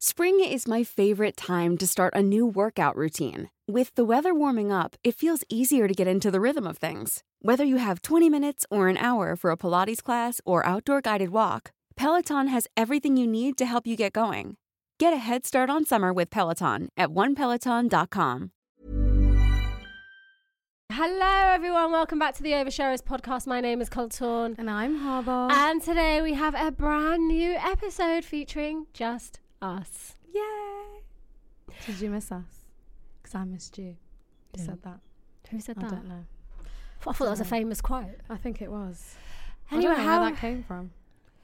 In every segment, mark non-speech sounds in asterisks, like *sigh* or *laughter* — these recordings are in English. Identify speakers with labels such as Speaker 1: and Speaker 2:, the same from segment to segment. Speaker 1: Spring is my favorite time to start a new workout routine. With the weather warming up, it feels easier to get into the rhythm of things. Whether you have 20 minutes or an hour for a Pilates class or outdoor guided walk, Peloton has everything you need to help you get going. Get a head start on summer with Peloton at onepeloton.com.
Speaker 2: Hello, everyone. Welcome back to the Oversharers podcast. My name is Colton,
Speaker 3: And I'm Harbour.
Speaker 2: and today we have a brand new episode featuring just us.
Speaker 3: Yay! Did you miss us? Because I missed you. You
Speaker 2: Yeah.
Speaker 3: said that.
Speaker 2: Who said
Speaker 3: I
Speaker 2: that?
Speaker 3: don't know.
Speaker 2: I thought that was a
Speaker 3: Dunno.
Speaker 2: famous quote.
Speaker 3: I think it was.
Speaker 2: Anyway,
Speaker 3: I don't know
Speaker 2: how?
Speaker 3: where that came from.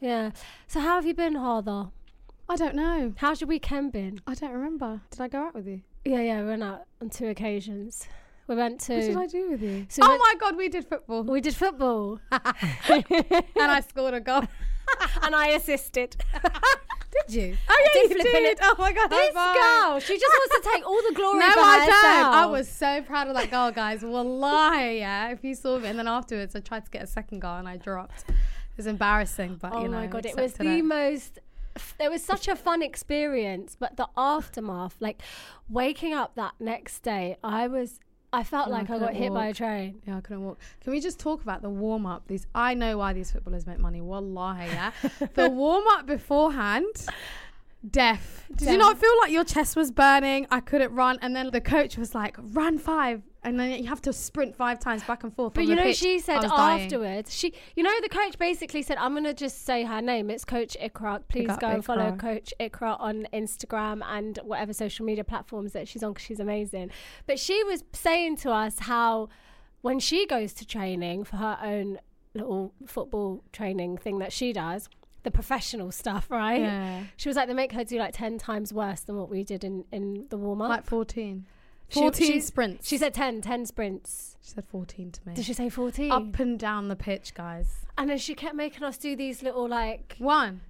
Speaker 2: yeah. So how have you been, Harther?
Speaker 3: I don't know.
Speaker 2: How's your weekend been?
Speaker 3: I don't remember. Did I go out with you?
Speaker 2: Yeah, yeah. We went out on two occasions. We went to.
Speaker 3: What did I do with you?
Speaker 2: So
Speaker 3: oh
Speaker 2: when-
Speaker 3: my god, we did football.
Speaker 2: we did *laughs* football.
Speaker 3: and I scored a goal.
Speaker 2: *laughs* and I *laughs* assisted.
Speaker 3: did you?
Speaker 2: I
Speaker 3: Oh yeah,
Speaker 2: did
Speaker 3: you
Speaker 2: flipping
Speaker 3: did.
Speaker 2: it.
Speaker 3: Oh my god,
Speaker 2: This
Speaker 3: high
Speaker 2: girl,
Speaker 3: five.
Speaker 2: she just wants to take all the glory
Speaker 3: *laughs* No,
Speaker 2: for
Speaker 3: I
Speaker 2: herself.
Speaker 3: don't. I was so proud of that goal, guys. Wallahi, yeah. If you saw it, and then afterwards, I tried to get a second goal and I dropped. It was embarrassing, but
Speaker 2: Oh
Speaker 3: you know,
Speaker 2: my god, it was
Speaker 3: accepted
Speaker 2: the most. It was such a fun experience, but the aftermath, like waking up that next day, I was. I felt
Speaker 3: Oh, I
Speaker 2: like I got
Speaker 3: couldn't
Speaker 2: hit by a
Speaker 3: walk.
Speaker 2: train.
Speaker 3: Yeah, I couldn't walk. Can we just talk about the warm up? These I know why these footballers make money. Wallahi,
Speaker 2: *laughs*
Speaker 3: yeah. the warm up beforehand, deaf. Did you
Speaker 2: Deaf.
Speaker 3: not feel like your chest was burning? I couldn't run, and then the coach was like, "Run five. and then you have to sprint five times back and forth.
Speaker 2: But
Speaker 3: on
Speaker 2: you
Speaker 3: the
Speaker 2: know,
Speaker 3: pitch.
Speaker 2: she
Speaker 3: I
Speaker 2: said
Speaker 3: was dying.
Speaker 2: afterwards, she, you know, the coach basically said, "I'm gonna just say her name. It's Coach Ikrak. Please
Speaker 3: up
Speaker 2: go and follow
Speaker 3: Ikrak.
Speaker 2: Coach Ikrak on Instagram and whatever social media platforms that she's on 'cause she's amazing." But she was saying to us how when she goes to training for her own little football training thing that she does, the professional stuff, right?
Speaker 3: Yeah.
Speaker 2: She was like, they make her do like 10 times worse than what we did in, in the warm up.
Speaker 3: Like 14.
Speaker 2: She-
Speaker 3: 14
Speaker 2: she-
Speaker 3: sprints.
Speaker 2: she said 10, 10 sprints.
Speaker 3: she said 14 to me.
Speaker 2: Did she say 14?
Speaker 3: Up and down the pitch, guys.
Speaker 2: And then she kept making us do these little like *laughs*
Speaker 3: One,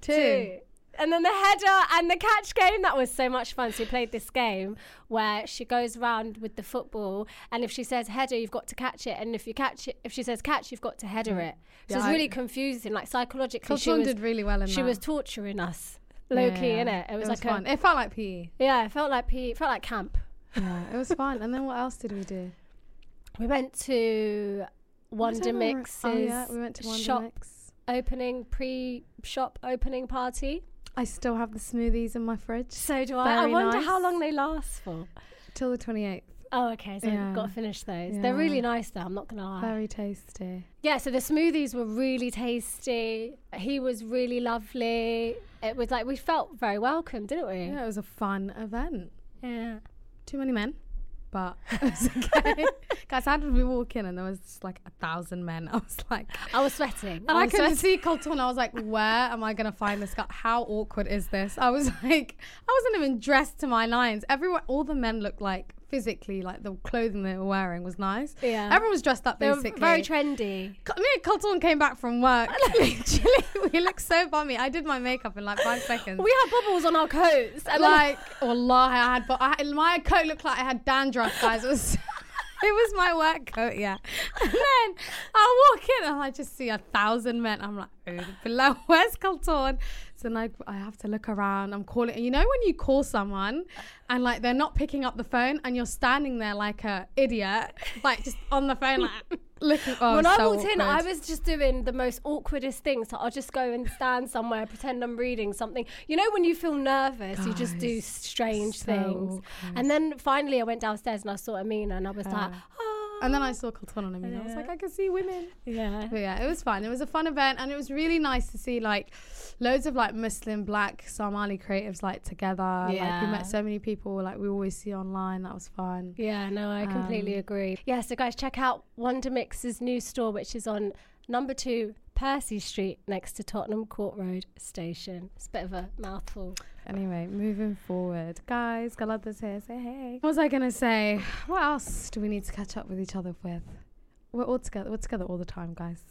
Speaker 3: two.
Speaker 2: And then the header and the catch game, that was so much fun. So we played this game where she goes round with the football and if she says header, you've got to catch it. And if you catch it if she says catch, you've got to header it. So
Speaker 3: Yeah,
Speaker 2: it's
Speaker 3: I-
Speaker 2: really confusing. Like psychologically she
Speaker 3: Scotland
Speaker 2: was
Speaker 3: did really well in
Speaker 2: she
Speaker 3: that.
Speaker 2: was torturing us. Low key,
Speaker 3: Yeah.
Speaker 2: innit? It was like
Speaker 3: fun.
Speaker 2: a,
Speaker 3: It felt like E. PE.
Speaker 2: Yeah, it felt like P it felt like camp.
Speaker 3: Yeah, it was fun. And then what else did we do?
Speaker 2: We went to Wonder
Speaker 3: Whatever.
Speaker 2: Mix's
Speaker 3: Oh, yeah, we went to Wonder
Speaker 2: shop
Speaker 3: Mix.
Speaker 2: opening pre shop opening party.
Speaker 3: I still have the smoothies in my fridge
Speaker 2: So do I. I
Speaker 3: Very
Speaker 2: wonder
Speaker 3: nice.
Speaker 2: how long they last for.
Speaker 3: till the 28th.
Speaker 2: Oh, okay. So
Speaker 3: Yeah.
Speaker 2: you've got to finish those. They're
Speaker 3: Yeah.
Speaker 2: really nice, though. I'm not going to lie.
Speaker 3: Very tasty.
Speaker 2: yeah, so the smoothies were really tasty. He was really lovely. It was like we felt very welcome, didn't we?
Speaker 3: Yeah, it was a fun event.
Speaker 2: Yeah.
Speaker 3: Too many men,
Speaker 2: *laughs*
Speaker 3: but it was okay. *laughs* Guys, how did we walk in and there was just like a thousand men? *laughs* I was like,
Speaker 2: I was sweating.
Speaker 3: and I
Speaker 2: was
Speaker 3: couldn't
Speaker 2: sweating.
Speaker 3: see Colton. I was like, where am I gonna find this guy? How awkward is this? I was *laughs* like, I wasn't even dressed to my nines. Everyone, all the men looked like physically like the clothing they were wearing was nice.
Speaker 2: Yeah.
Speaker 3: everyone was dressed up
Speaker 2: They
Speaker 3: basically.
Speaker 2: were very trendy.
Speaker 3: Co- Me and Colton came back
Speaker 2: *laughs*
Speaker 3: from work. *laughs* Literally, we looked so bummy. I did my makeup in like five seconds.
Speaker 2: We had bubbles on our coats. And like,
Speaker 3: like, wallahi, I had, but I, my coat looked like I had dandruff, guys. It was, *laughs* it was my work coat, yeah. And then I walk in and I just see a thousand men. I'm like, oh, below, *laughs* where's Colton? So then I, I have to look around. I'm calling. You know when you call someone and like they're not picking up the phone and you're standing there like a idiot, like just on the phone, like *laughs* looking. Oh,
Speaker 2: when I
Speaker 3: so
Speaker 2: walked in,
Speaker 3: awkward.
Speaker 2: I was just doing the most awkwardest things. So I'll just go and stand somewhere, pretend I'm reading something. You know, when you feel nervous, you just do
Speaker 3: Guys,
Speaker 2: strange
Speaker 3: so
Speaker 2: things.
Speaker 3: awkward.
Speaker 2: And then finally, I went downstairs and I saw Amina, and I was like,
Speaker 3: Yeah.
Speaker 2: oh.
Speaker 3: And then I saw Colton on him, and I was
Speaker 2: Yeah.
Speaker 3: like, I can see women.
Speaker 2: yeah.
Speaker 3: But yeah, it was fun. It was a fun event, and it was really nice to see like loads of like Muslim, Black, Somali creatives like together. Like we
Speaker 2: Yeah.
Speaker 3: met so many people like we always see online. That was fun.
Speaker 2: Yeah, no,
Speaker 3: Um,
Speaker 2: I completely agree. Yeah, so guys, check out Wonder Mix's new store, which is on number two Percy Street next to Tottenham Court Road Station. It's a bit of a mouthful.
Speaker 3: Anyway, moving forward, guys, Galatasaray here. Say hey. What was I gonna say? What else do we need to catch up with each other with? We're all together. We're together all the time, guys.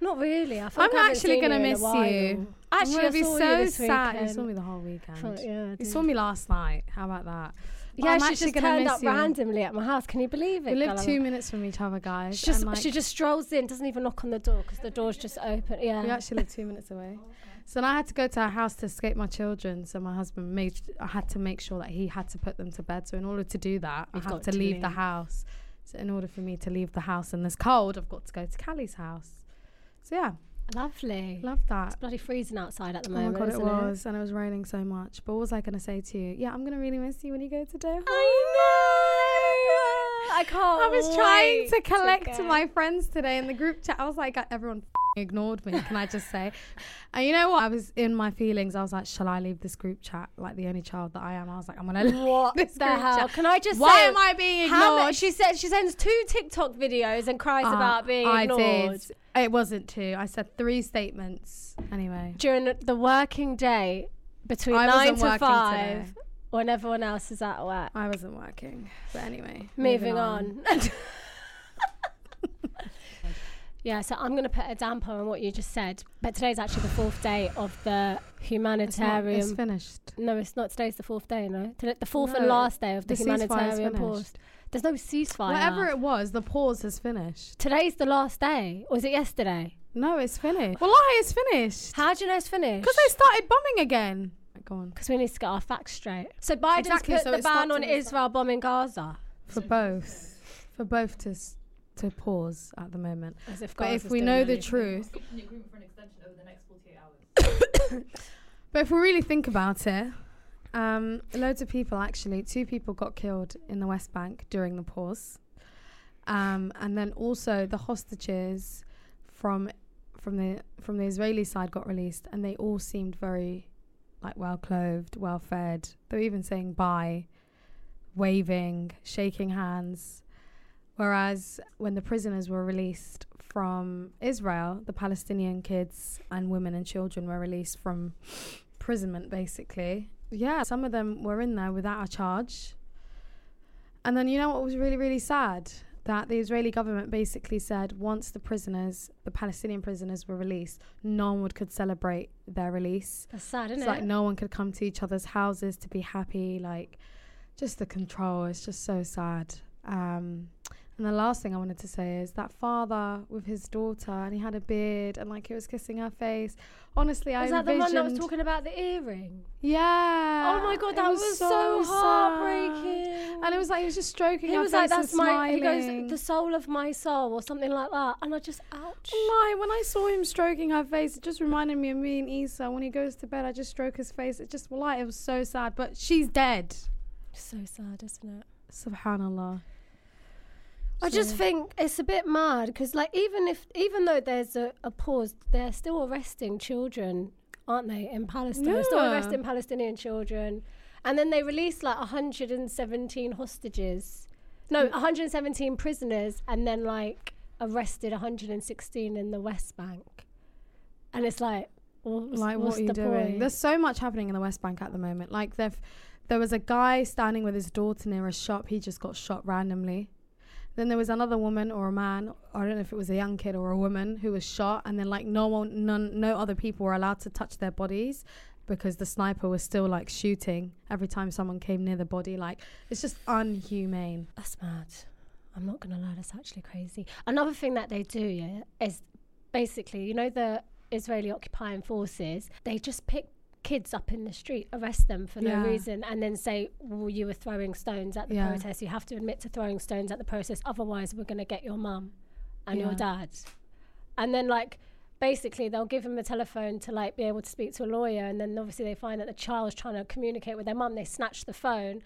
Speaker 2: Not really. I feel
Speaker 3: I'm
Speaker 2: like I haven't
Speaker 3: actually
Speaker 2: seen
Speaker 3: gonna
Speaker 2: you in a
Speaker 3: miss
Speaker 2: while.
Speaker 3: you.
Speaker 2: Actually,
Speaker 3: I'm gonna
Speaker 2: I
Speaker 3: be
Speaker 2: saw
Speaker 3: so
Speaker 2: you this
Speaker 3: sad.
Speaker 2: Weekend.
Speaker 3: You saw me the whole weekend.
Speaker 2: I thought- yeah, I
Speaker 3: you
Speaker 2: did.
Speaker 3: saw me last night. How about that? But
Speaker 2: Yeah,
Speaker 3: I'm
Speaker 2: she
Speaker 3: actually
Speaker 2: just
Speaker 3: gonna
Speaker 2: turned
Speaker 3: miss
Speaker 2: up
Speaker 3: you.
Speaker 2: randomly at my house. Can you believe it?
Speaker 3: We live
Speaker 2: Gulliver?
Speaker 3: two minutes from each other, guys.
Speaker 2: She just
Speaker 3: and, like,
Speaker 2: she just strolls in, doesn't even knock on the door because the door's just open. Yeah.
Speaker 3: We actually live two minutes away. So then I had to go to her house to escape my children. So my husband made I had to make sure that he had to put them to bed. So in order to do that,
Speaker 2: You've
Speaker 3: I have
Speaker 2: got
Speaker 3: to
Speaker 2: to
Speaker 3: leave the
Speaker 2: leave.
Speaker 3: house. So in order for me to leave the house in this cold, I've got to go to Callie's house. So yeah,
Speaker 2: Lovely.
Speaker 3: love that.
Speaker 2: It's bloody freezing outside at the
Speaker 3: Oh my
Speaker 2: moment.
Speaker 3: god, it
Speaker 2: isn't
Speaker 3: was, and it was raining so much. But what was I gonna say to you? Yeah, I'm gonna really miss you when you go to Doha.
Speaker 2: I know. I can't.
Speaker 3: I was trying
Speaker 2: wait
Speaker 3: to collect
Speaker 2: go.
Speaker 3: my friends today in the group chat. I was like, "Uh, everyone f***ing ignored me. Can I just say? And you know what? I was in my feelings. I was like, shall I leave this group chat? Like the only child that I am. I was like, I'm gonna *laughs* leave
Speaker 2: What
Speaker 3: this
Speaker 2: the
Speaker 3: group
Speaker 2: hell?
Speaker 3: chat.
Speaker 2: Can I just
Speaker 3: Why
Speaker 2: say
Speaker 3: am I being ignored?
Speaker 2: How much she said she sends two TikTok videos and cries
Speaker 3: Ah,
Speaker 2: about being ignored.
Speaker 3: I did. It wasn't two. I said three statements. Anyway,
Speaker 2: During the working day between
Speaker 3: I wasn't
Speaker 2: nine to
Speaker 3: working
Speaker 2: five
Speaker 3: today.
Speaker 2: when everyone else is at work.
Speaker 3: I wasn't working. But anyway,
Speaker 2: Moving on. *laughs* yeah, so I'm going to put a damper on what you just said. But today's actually the fourth day of the
Speaker 3: It's, not,
Speaker 2: humanitarian.
Speaker 3: it's finished.
Speaker 2: no, it's not. Today's the fourth day, no? Today- The fourth and
Speaker 3: No,
Speaker 2: last day of the,
Speaker 3: the ceasefire is
Speaker 2: humanitarian pause.
Speaker 3: finished.
Speaker 2: There's no ceasefire.
Speaker 3: Whatever it was, the pause has finished.
Speaker 2: Today's the last day. Was it yesterday?
Speaker 3: No, it's finished. Well, lie, it's finished.
Speaker 2: How do you know it's finished?
Speaker 3: Because they started bombing again. Go on.
Speaker 2: Because we need to get our facts straight. So Biden's
Speaker 3: Exactly,
Speaker 2: put
Speaker 3: so
Speaker 2: the
Speaker 3: it
Speaker 2: ban
Speaker 3: starts
Speaker 2: on
Speaker 3: in the-
Speaker 2: Israel bombing Gaza.
Speaker 3: For both. For both to s- to pause at the moment.
Speaker 2: As if
Speaker 3: But
Speaker 2: Gaza's
Speaker 3: if we
Speaker 2: doing
Speaker 3: know the
Speaker 2: anything.
Speaker 3: truth,
Speaker 4: an agreement for an extension over the next 48 hours.
Speaker 3: *coughs* but if we really think about it, um, loads of people actually, two people got killed in the West Bank during the pause. Um, and then also the hostages from from the from the Israeli side got released and they all seemed very like well clothed, well fed. They were even saying bye, waving, shaking hands. Whereas when the prisoners were released from Israel, the Palestinian kids and women and children were released from imprisonment basically. Yeah, some of them were in there without a charge. And then you know what was really, really sad? That the Israeli government basically said once the prisoners, the Palestinian prisoners were released, no one would could celebrate their release.
Speaker 2: That's sad, isn't
Speaker 3: It's
Speaker 2: it?
Speaker 3: like no one could come to each other's houses to be happy. Like, just the control. It's just so sad. Um, and the last thing I wanted to say is that father with his daughter, and he had a beard, and like he was kissing her face. Honestly, I
Speaker 2: was that the one that was
Speaker 3: envisioned-
Speaker 2: talking about the earring?
Speaker 3: Yeah.
Speaker 2: oh my god,
Speaker 3: it
Speaker 2: that was, so, heartbreaking.
Speaker 3: Sad. And it was like he was just stroking
Speaker 2: he
Speaker 3: her
Speaker 2: was
Speaker 3: face
Speaker 2: like, "That's
Speaker 3: and
Speaker 2: my." He
Speaker 3: smiling.
Speaker 2: goes, "The soul of my soul" or something like that, and I just ouch.
Speaker 3: Why? When I saw him stroking her face, it just reminded me of me and Issa. When he goes to bed, I just stroke his face. It just, well, it was so sad. But she's dead.
Speaker 2: So sad, isn't it?
Speaker 3: Subhanallah.
Speaker 2: I just
Speaker 3: So-
Speaker 2: think it's a bit mad because, like, even if, even though there's a, a pause, they're still arresting children, aren't they? In Palestine, they're still
Speaker 3: Yeah.
Speaker 2: arresting Palestinian children, and then they released like 117 hostages, no,
Speaker 3: Mm.
Speaker 2: 117 prisoners, and then like arrested 116 in the West Bank, and it's like, what's,
Speaker 3: like
Speaker 2: what's
Speaker 3: what are you
Speaker 2: the
Speaker 3: doing?
Speaker 2: point?
Speaker 3: There's so much happening in the West Bank at the moment. Like there, there was a guy standing with his daughter near a shop. He just got shot randomly. Then there was another woman or a man. I don't know if it was a young kid or a woman who was shot. And then like no one, none, no other people were allowed to touch their bodies because the sniper was still like shooting every time someone came near the body. Like it's just unhumane.
Speaker 2: That's mad. I'm not gonna lie, that's actually crazy. Another thing that they do, yeah, is basically, you know, the Israeli occupying forces, they just pick kids up in the street, arrest them for
Speaker 3: Yeah.
Speaker 2: no reason, and then say, Well, you were throwing stones at the
Speaker 3: Yeah.
Speaker 2: protest. You have to admit to throwing stones at the protest, otherwise we're gonna get your mum and your
Speaker 3: Yeah.
Speaker 2: dad. And then like basically they'll give him the telephone to like be able to speak to a lawyer and then obviously they find that the child's trying to communicate with their mum they snatch the phone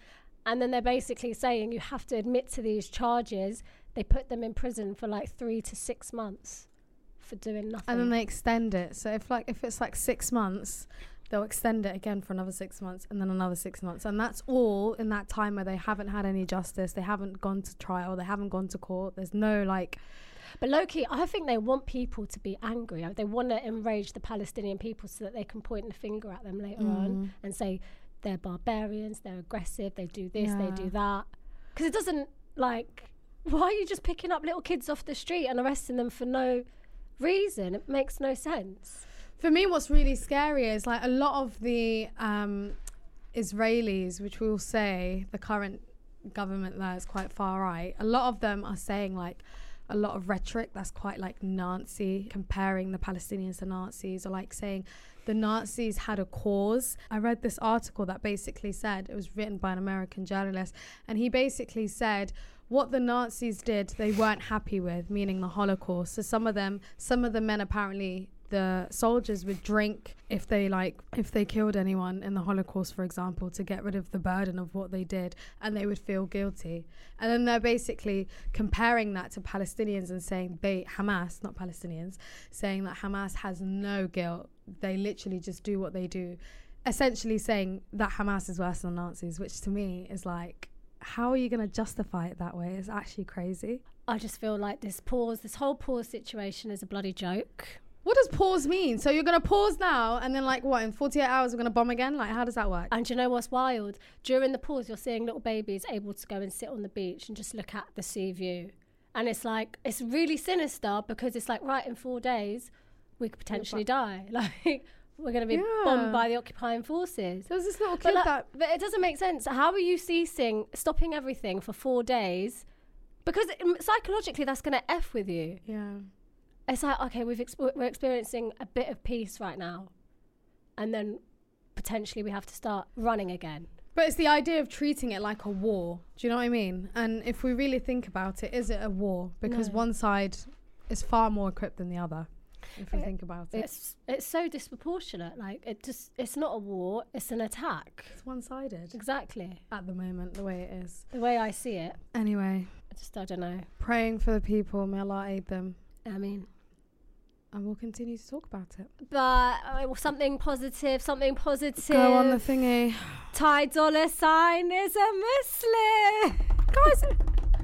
Speaker 2: and then they're basically saying you have to admit to these charges they put them in prison for like three to six months for doing nothing
Speaker 3: And then they extend it. So if like if it's like six months, they'll extend it again for another six months and then another six months. And that's all in that time where they haven't had any justice, they haven't gone to trial, they haven't gone to court. There's no like
Speaker 2: but loki i think they want people to be angry Like, they want to enrage the palestinian people so that they can point the finger at them later on and say they're barbarians they're aggressive they do this they
Speaker 3: Yeah.
Speaker 2: do that because it doesn't like why are you just picking up little kids off the street and arresting them for no reason it makes no sense
Speaker 3: For me, what's really scary is like a lot of the um, Israelis, which we'll say the current government there is quite far right, a lot of them are saying like a lot of rhetoric that's quite like Nazi, comparing the Palestinians to Nazis, or like saying the Nazis had a cause. I read this article that basically said it was written by an American journalist, and he basically said what the Nazis did they weren't happy with, meaning the Holocaust. So some of them, some of the men apparently the soldiers would drink if they like if they killed anyone in the holocaust for example to get rid of the burden of what they did and they would feel guilty and then they're basically comparing that to palestinians and saying they hamas not palestinians saying that hamas has no guilt they literally just do what they do essentially saying that hamas is worse than nazis which to me is like how are you going to justify it that way it's actually crazy
Speaker 2: I just feel like this pause, this whole pause situation is a bloody joke.
Speaker 3: what does pause mean? So you're gonna pause now, and then like what? In 48 hours, we're gonna bomb again. Like, how does that work?
Speaker 2: And do you know what's wild? During the pause, you're seeing little babies able to go and sit on the beach and just look at the sea view. And it's like, it's really sinister because it's like, right, in four days, we could potentially die. *laughs* Like, we're going to be
Speaker 3: Yeah.
Speaker 2: bombed by the occupying forces.
Speaker 3: There was this little kid
Speaker 2: But, like,
Speaker 3: that
Speaker 2: but it doesn't make sense. How are you ceasing, stopping everything for four days? Because um, psychologically, that's going to F with you.
Speaker 3: yeah.
Speaker 2: it's like okay we've ex- we're experiencing a bit of peace right now and then potentially we have to start running again
Speaker 3: But it's the idea of treating it like a war. Do you know what I mean? And if we really think about it, is it a war? Because
Speaker 2: No.
Speaker 3: one side is far more equipped than the other. If we
Speaker 2: It-
Speaker 3: think about it, it's,
Speaker 2: it's it's so disproportionate like it just it's not a war it's an attack
Speaker 3: one-sided
Speaker 2: exactly
Speaker 3: at the moment, the way it is.
Speaker 2: the way i see it
Speaker 3: Anyway,
Speaker 2: i just i don't know
Speaker 3: praying for the people. May Allah aid them,
Speaker 2: i mean
Speaker 3: and we'll continue to talk about it.
Speaker 2: but uh, something positive something positive
Speaker 3: Go on the thingy.
Speaker 2: thai dollar sign is a muslim *laughs*
Speaker 3: Guys, *laughs*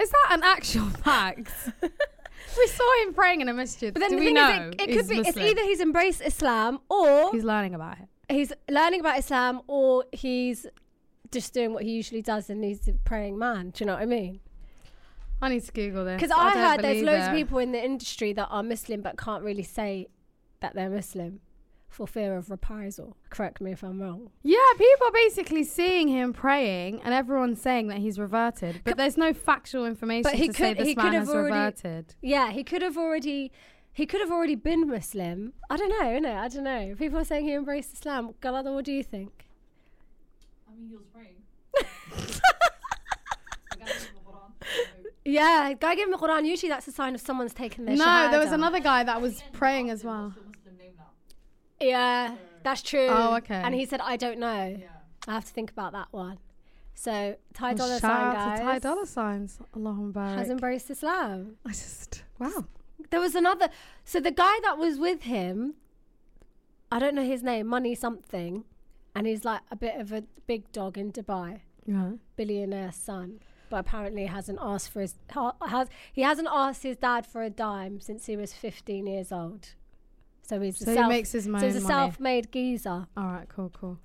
Speaker 3: Is that an actual fact? *laughs* we saw him praying in a masjid.
Speaker 2: but then
Speaker 3: Do
Speaker 2: the
Speaker 3: we
Speaker 2: thing
Speaker 3: know
Speaker 2: is it, it
Speaker 3: he's
Speaker 2: could be it's
Speaker 3: Muslim?
Speaker 2: either he's embraced islam or
Speaker 3: he's learning about it.
Speaker 2: he's learning about Islam or he's just doing what he usually does and he's a praying man. Do you know what I mean?
Speaker 3: I need to Google this.
Speaker 2: Because I,
Speaker 3: don't
Speaker 2: heard there's
Speaker 3: believe
Speaker 2: loads of
Speaker 3: it.
Speaker 2: people in the industry that are Muslim but can't really say that they're Muslim for fear of reprisal. Correct me if I'm wrong.
Speaker 3: Yeah, people are basically seeing him praying, and everyone's saying that he's reverted. But there's no factual information
Speaker 2: But he
Speaker 3: to say
Speaker 2: could-
Speaker 3: this
Speaker 2: he
Speaker 3: man
Speaker 2: could
Speaker 3: has
Speaker 2: have already-
Speaker 3: reverted.
Speaker 2: Yeah, he could have already. He could have already been Muslim. I don't know, innit? I don't know. People are saying he embraced Islam. Galada, what do you think?
Speaker 4: I mean, he was praying.
Speaker 2: Yeah, guy gave him the Quran. Usually that's a sign of someone's taken their
Speaker 3: No, there was
Speaker 2: shahada.
Speaker 3: another guy that was praying as well.
Speaker 4: What's the Muslim name now?
Speaker 2: Yeah, that's true.
Speaker 3: Oh, okay.
Speaker 2: And he said, I don't know.
Speaker 4: Yeah.
Speaker 2: I have to think about that one. So Ty
Speaker 3: Well,
Speaker 2: Dollar
Speaker 3: shout
Speaker 2: Sign
Speaker 3: out
Speaker 2: guys
Speaker 3: to Ty Dollar Signs. Allahumma
Speaker 2: has
Speaker 3: barik.
Speaker 2: embraced Islam.
Speaker 3: I just wow.
Speaker 2: There was another. So the guy that was with him, I don't know his name, Money something, and he's like a bit of a big dog in Dubai,
Speaker 3: Yeah.
Speaker 2: billionaire son. But apparently hasn't asked for his ha- has he hasn't asked his dad for a dime since he was 15 years old. So he's
Speaker 3: So
Speaker 2: a
Speaker 3: he
Speaker 2: self,
Speaker 3: makes his
Speaker 2: so he's a
Speaker 3: own money.
Speaker 2: self-made geezer.
Speaker 3: All right. Cool. Cool.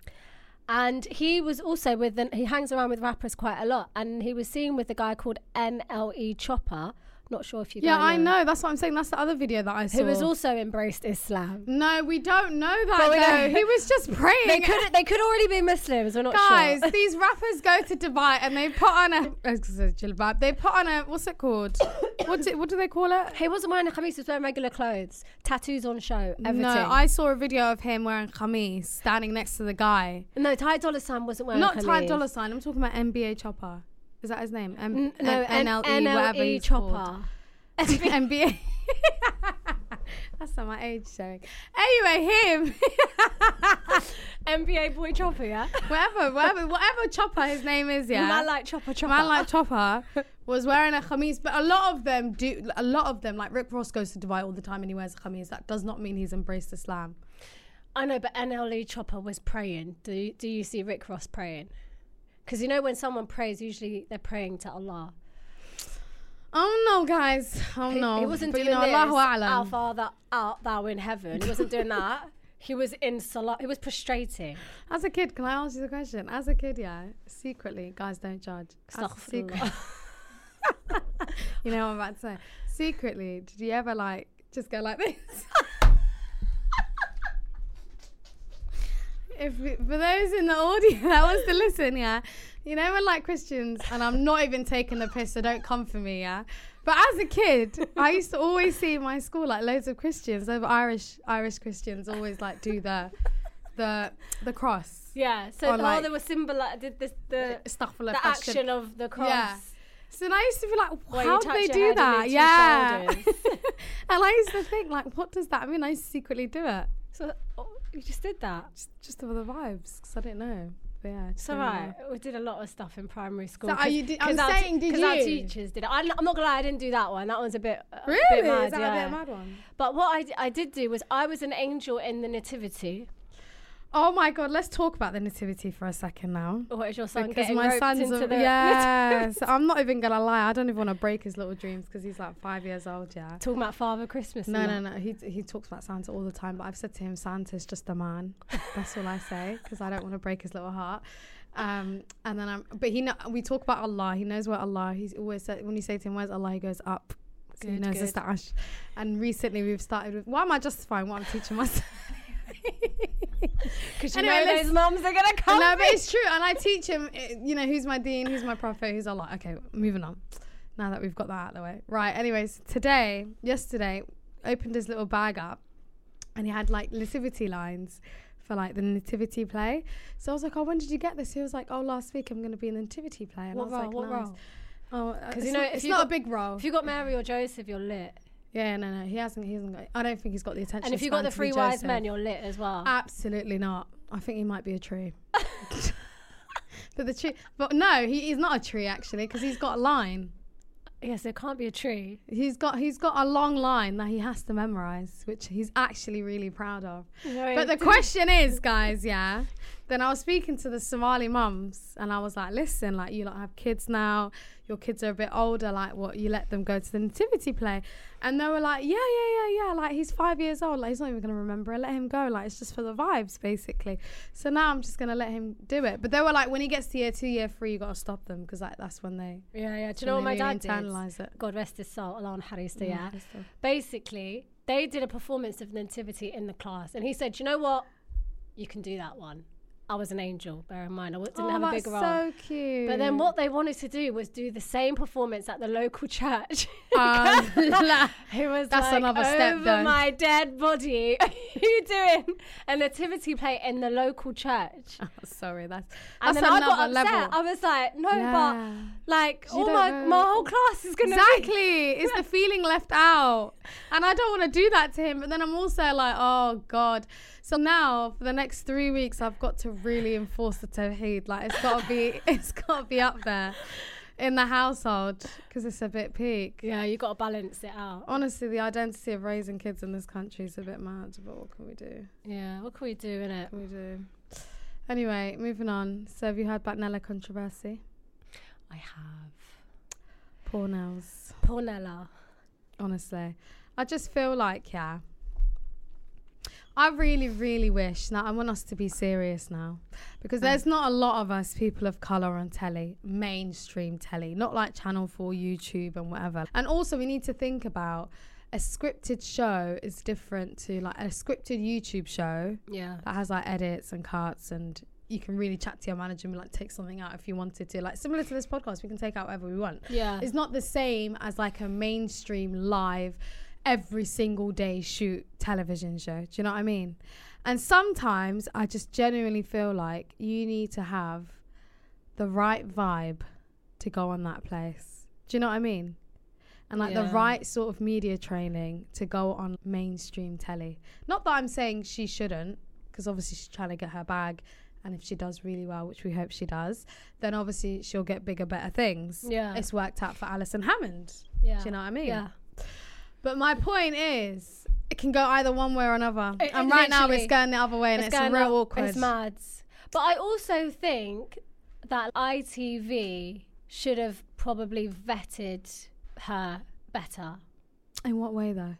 Speaker 2: And he was also with, an, he hangs around with rappers quite a lot. And he was seen with a guy called NLE Chopper. Not sure if you
Speaker 3: Yeah,
Speaker 2: guys
Speaker 3: I know. That's what I'm saying. That's the other video that I saw.
Speaker 2: Who was also embraced Islam.
Speaker 3: No, we don't know
Speaker 2: But we
Speaker 3: that
Speaker 2: don't-
Speaker 3: though. He was
Speaker 2: *laughs*
Speaker 3: just
Speaker 2: They
Speaker 3: praying.
Speaker 2: could, they could already be Muslims. We're not
Speaker 3: Guys,
Speaker 2: sure.
Speaker 3: these rappers go to Dubai and they put on a I was gonna say jilbab. They put on a what's
Speaker 2: *coughs*
Speaker 3: it called? what do, what do they call it?
Speaker 2: *laughs* He wasn't wearing a chemise, he was wearing regular clothes. Tattoos on show, everything.
Speaker 3: No, I saw a video of him wearing khamis, standing next to the guy.
Speaker 2: no Ty Dolla Sign wasn't wearing
Speaker 3: Not
Speaker 2: a
Speaker 3: Ty
Speaker 2: chemise.
Speaker 3: Dollar Sign. I'm talking about NBA Chopper. Is that his name? M-
Speaker 2: N- E, No,
Speaker 3: N- E,
Speaker 2: NLE,
Speaker 3: whatever he's called. *laughs*
Speaker 2: Chopper. *laughs*
Speaker 3: NBA. *laughs* That's not my age showing. Anyway, him. *laughs*
Speaker 2: NBA boy Chopper, yeah? *laughs*
Speaker 3: whatever, whatever, whatever Chopper his name is. Yeah.
Speaker 2: Man like Chopper Chopper.
Speaker 3: man like Chopper
Speaker 2: *laughs*
Speaker 3: was wearing a chemise, but a lot of them do. A lot of them, like Rick Ross, goes to Dubai all the time and he wears a chemise. That does not mean he's embraced Islam.
Speaker 2: I know, but NLE Chopper was praying. Do you, do you see Rick Ross praying? Because you know when someone prays, usually they're praying to Allah.
Speaker 3: Oh no, guys! Oh
Speaker 2: He-
Speaker 3: no,
Speaker 2: he wasn't
Speaker 3: But,
Speaker 2: doing
Speaker 3: you know,
Speaker 2: this.
Speaker 3: Allahu
Speaker 2: Our
Speaker 3: A'lam.
Speaker 2: Father, art thou in heaven. He wasn't doing that. He was in salah. He was prostrating.
Speaker 3: As a kid, can I ask you the question? As a kid, yeah, secretly, guys, don't judge. As a secret,
Speaker 2: Astaghfirullah.
Speaker 3: you know what I'm about to say. Secretly, did you ever like just go
Speaker 2: *laughs*
Speaker 3: like this? if we- for those in the audience that wants to listen, yeah, you know we're like Christians, and I'm not even taking the piss, so don't come for me, yeah. But as a kid, I used to always see in my school like loads of Christians, of Irish Irish Christians, always like do the the the cross
Speaker 2: *laughs* Yeah. So
Speaker 3: Or
Speaker 2: the whole
Speaker 3: like-
Speaker 2: they were symbolized did this the
Speaker 3: stuff.
Speaker 2: the action of the cross.
Speaker 3: Yeah. So then I used to be like,
Speaker 2: Where you
Speaker 3: how do
Speaker 2: touch
Speaker 3: they
Speaker 2: your head and
Speaker 3: do that?
Speaker 2: then two
Speaker 3: Yeah.
Speaker 2: shoulders.
Speaker 3: *laughs*
Speaker 2: *laughs*
Speaker 3: and I used to think like, what does that mean? I used to secretly do it
Speaker 2: So oh, you just did that.
Speaker 3: just just for the vibes because I didn't know. But yeah,
Speaker 2: It's all right. We did a lot of stuff in primary school.
Speaker 3: Mm. So are you- did- I'm
Speaker 2: our
Speaker 3: saying, did
Speaker 2: Because our
Speaker 3: you?
Speaker 2: teachers did it. I'm, I'm not gonna lie, I didn't do that one. That one's a bit a
Speaker 3: Really?
Speaker 2: bit mad,
Speaker 3: Is that
Speaker 2: yeah.
Speaker 3: a bit mad one?
Speaker 2: But what I, d- I did do was I was an angel in the nativity.
Speaker 3: Oh my god, let's talk about the nativity for a second now.
Speaker 2: Or is your son
Speaker 3: Because
Speaker 2: Oh, getting
Speaker 3: my
Speaker 2: roped
Speaker 3: son's
Speaker 2: into
Speaker 3: a,
Speaker 2: the *laughs*
Speaker 3: yeah, so I'm not even gonna lie. I don't even want to break his little dreams because he's like five years old. Yeah.
Speaker 2: talking about Father Christmas?
Speaker 3: No,
Speaker 2: and
Speaker 3: no,
Speaker 2: that.
Speaker 3: no. He he talks about Santa all the time, but I've said to him, Santa's just a man. That's all I say because I don't want to break his little heart. Um, and then I'm, but he know we talk about Allah. He knows where Allah. He's always said when you say to him, "Where's Allah?" He goes up. So he
Speaker 2: Good,
Speaker 3: knows
Speaker 2: good.
Speaker 3: his stash. And recently we've started with. Why am I justifying what I'm teaching myself?
Speaker 2: Because you
Speaker 3: Anyway,
Speaker 2: know
Speaker 3: let's-
Speaker 2: those mums are gonna come.
Speaker 3: no, but it's true. And I teach him, eh, you know, who's my dean, who's my prophet, who's Allah. Okay, moving on. Now that we've got that out of the way. Right, anyways, today, yesterday, opened his little bag up and he had like nativity lines for like the nativity play. So I was like, oh, when did you get this? He was like, oh, last week I'm going to be in the nativity play. And
Speaker 2: What
Speaker 3: I was
Speaker 2: role,
Speaker 3: like,
Speaker 2: what
Speaker 3: nice.
Speaker 2: role?
Speaker 3: Oh,
Speaker 2: you
Speaker 3: because you
Speaker 2: know,
Speaker 3: know,
Speaker 2: if
Speaker 3: it's
Speaker 2: you
Speaker 3: not a
Speaker 2: got-
Speaker 3: big role.
Speaker 2: If you got Mary or Joseph, you're lit.
Speaker 3: yeah, no, no, he hasn't. He hasn't got. I don't think he's got the attention.
Speaker 2: And if you got
Speaker 3: span
Speaker 2: the
Speaker 3: to be
Speaker 2: three wise
Speaker 3: Joseph. Uh,
Speaker 2: men, you're lit as well.
Speaker 3: Absolutely not. I think he might be a tree. *laughs* but the tree, but no, he is not a tree actually, because he's got a line.
Speaker 2: yes, there can't be a tree.
Speaker 3: He's got he's got a long line that he has to memorize, which he's actually really proud of. But the
Speaker 2: *laughs*
Speaker 3: question is, guys, yeah. Then I was speaking to the Somali mums, and I was like, "Listen, like you lot have kids now. Your kids are a bit older. Like, what you let them go to the nativity play?" And they were like, "Yeah, yeah, yeah, yeah. Like he's five years old. Like he's not even gonna remember. it. Let him go. Like it's just for the vibes, basically." So now I'm just gonna let him do it. But they were like, "When he gets to year two, year three, you gotta stop them because like that's when they
Speaker 2: yeah, yeah. Do you know what
Speaker 3: when
Speaker 2: my
Speaker 3: they
Speaker 2: dad
Speaker 3: really
Speaker 2: did?
Speaker 3: internalize it."
Speaker 2: God rest his soul, Allah and Harry's
Speaker 3: Mm,
Speaker 2: yeah.
Speaker 3: that's the-
Speaker 2: Basically, they did a performance of Nativity in the class, and he said, "You know what? You can do that one." I was an angel. Bear in mind, I didn't
Speaker 3: Oh,
Speaker 2: have a
Speaker 3: that's
Speaker 2: big role.
Speaker 3: so cute.
Speaker 2: But then what they wanted to do was do the same performance at the local *laughs* church.
Speaker 3: Um,
Speaker 2: *laughs*
Speaker 3: *laughs*
Speaker 2: He was
Speaker 3: That's
Speaker 2: like,
Speaker 3: another step,
Speaker 2: over
Speaker 3: though."
Speaker 2: my dead body. *laughs* Are you doing a nativity play in the local church?
Speaker 3: oh, Sorry, that's
Speaker 2: And
Speaker 3: Uh, that's
Speaker 2: then I
Speaker 3: another
Speaker 2: got upset.
Speaker 3: level.
Speaker 2: I was like, no,
Speaker 3: Yeah.
Speaker 2: but like
Speaker 3: You
Speaker 2: all
Speaker 3: don't
Speaker 2: my,
Speaker 3: know.
Speaker 2: my whole class *laughs* is gonna be
Speaker 3: Exactly, it's the feeling left out, and I don't want to do that to him. But then I'm also like, oh god. So now for the next three weeks, I've got to really enforce the tawheed. Like it's got to be, *laughs* it's got to be up there in the household because it's a bit peak.
Speaker 2: Yeah, you gotta balance it out.
Speaker 3: Honestly, the identity of raising kids in this country is a bit mad. But what can we do?
Speaker 2: Yeah, what can we do in it?
Speaker 3: What can we do? Anyway, moving on. So have you heard about Nella controversy?
Speaker 2: I have.
Speaker 3: Poor Nels.
Speaker 2: Poor Nella.
Speaker 3: Honestly, I just feel like yeah. I really, really wish now. I want us to be serious now, because there's not a lot of us people of color on telly, mainstream telly, not like Channel Four, YouTube, and whatever. And also, we need to think about a scripted show is different to like a scripted YouTube show
Speaker 2: Yeah.
Speaker 3: that has like edits and cuts and you can really chat to your manager and like take something out if you wanted to like similar to this podcast we can take out whatever we want
Speaker 2: Yeah.
Speaker 3: it's not the same as like a mainstream live every single day shoot television show. Do you know what I mean? And sometimes I just genuinely feel like you need to have the right vibe to go on that place. Do you know what I mean? And like the
Speaker 2: Yeah.
Speaker 3: right sort of media training to go on mainstream telly. Not that I'm saying she shouldn't, because obviously she's trying to get her bag. And if she does really well, which we hope she does, then obviously she'll get bigger, better things
Speaker 2: Yeah.
Speaker 3: it's worked out for Alison Hammond.
Speaker 2: yeah.
Speaker 3: Do you know what I mean?
Speaker 2: Yeah.
Speaker 3: But my point is, it can go either one way or another.
Speaker 2: It-
Speaker 3: and
Speaker 2: it
Speaker 3: right now it's
Speaker 2: literally-
Speaker 3: going the other way and it's,
Speaker 2: going
Speaker 3: real
Speaker 2: up-
Speaker 3: awkward.
Speaker 2: It's mad. But I also think that ITV should have probably vetted her better.
Speaker 3: In what way though?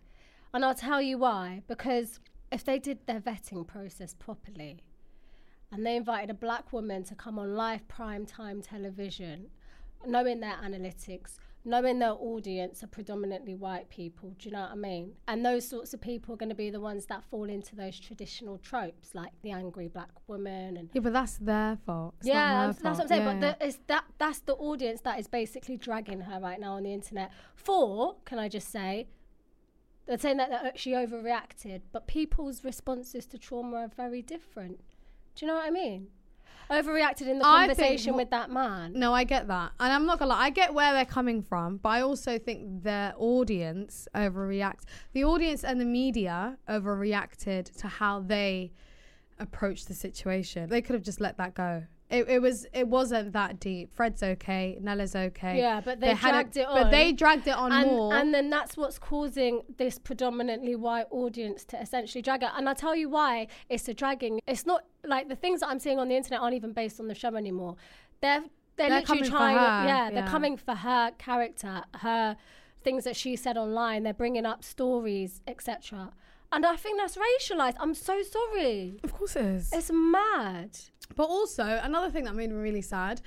Speaker 2: And I'll tell you why. Because if they did their vetting process properly and they invited a black woman to come on live prime time television, knowing their analytics, knowing their audience are predominantly white people. Do you know what I mean? And those sorts of people are going to be the ones that fall into those traditional tropes, like the angry black woman and.
Speaker 3: Yeah, but that's their fault. It's not
Speaker 2: yeah,
Speaker 3: her
Speaker 2: that's that's what I'm
Speaker 3: fault.
Speaker 2: saying.
Speaker 3: Yeah,
Speaker 2: but
Speaker 3: yeah.
Speaker 2: The, it's that that's the audience that is basically dragging her right now on the internet. For can I just say, they're saying that that she overreacted, but people's responses to trauma are very different. Do you know what I mean? Overreacted in the
Speaker 3: I think
Speaker 2: conversation
Speaker 3: wh-
Speaker 2: with that man.
Speaker 3: No, I get that. And I'm not gonna lie, I get where they're coming from, but I also think their audience overreact the audience and the media overreacted to how they approached the situation. They could have just let that go. It, it was it wasn't that deep. Fred's okay, Nella's okay.
Speaker 2: Yeah, but they
Speaker 3: hadn't-
Speaker 2: dragged it
Speaker 3: But they
Speaker 2: on.
Speaker 3: dragged it on
Speaker 2: and,
Speaker 3: more.
Speaker 2: and then that's what's causing this predominantly white audience to essentially drag it. And I'll tell you why it's a dragging. It's not like the things that I'm seeing on the internet aren't even based on the show anymore. They're they're,
Speaker 3: They're
Speaker 2: literally
Speaker 3: coming for
Speaker 2: trying.
Speaker 3: her,
Speaker 2: Yeah, they're
Speaker 3: yeah.
Speaker 2: coming for her character, her things that she said online. They're bringing up stories, etc. And I think that's racialized. I'm so sorry.
Speaker 3: of course it is.
Speaker 2: It's mad.
Speaker 3: But also, another thing that made me really sad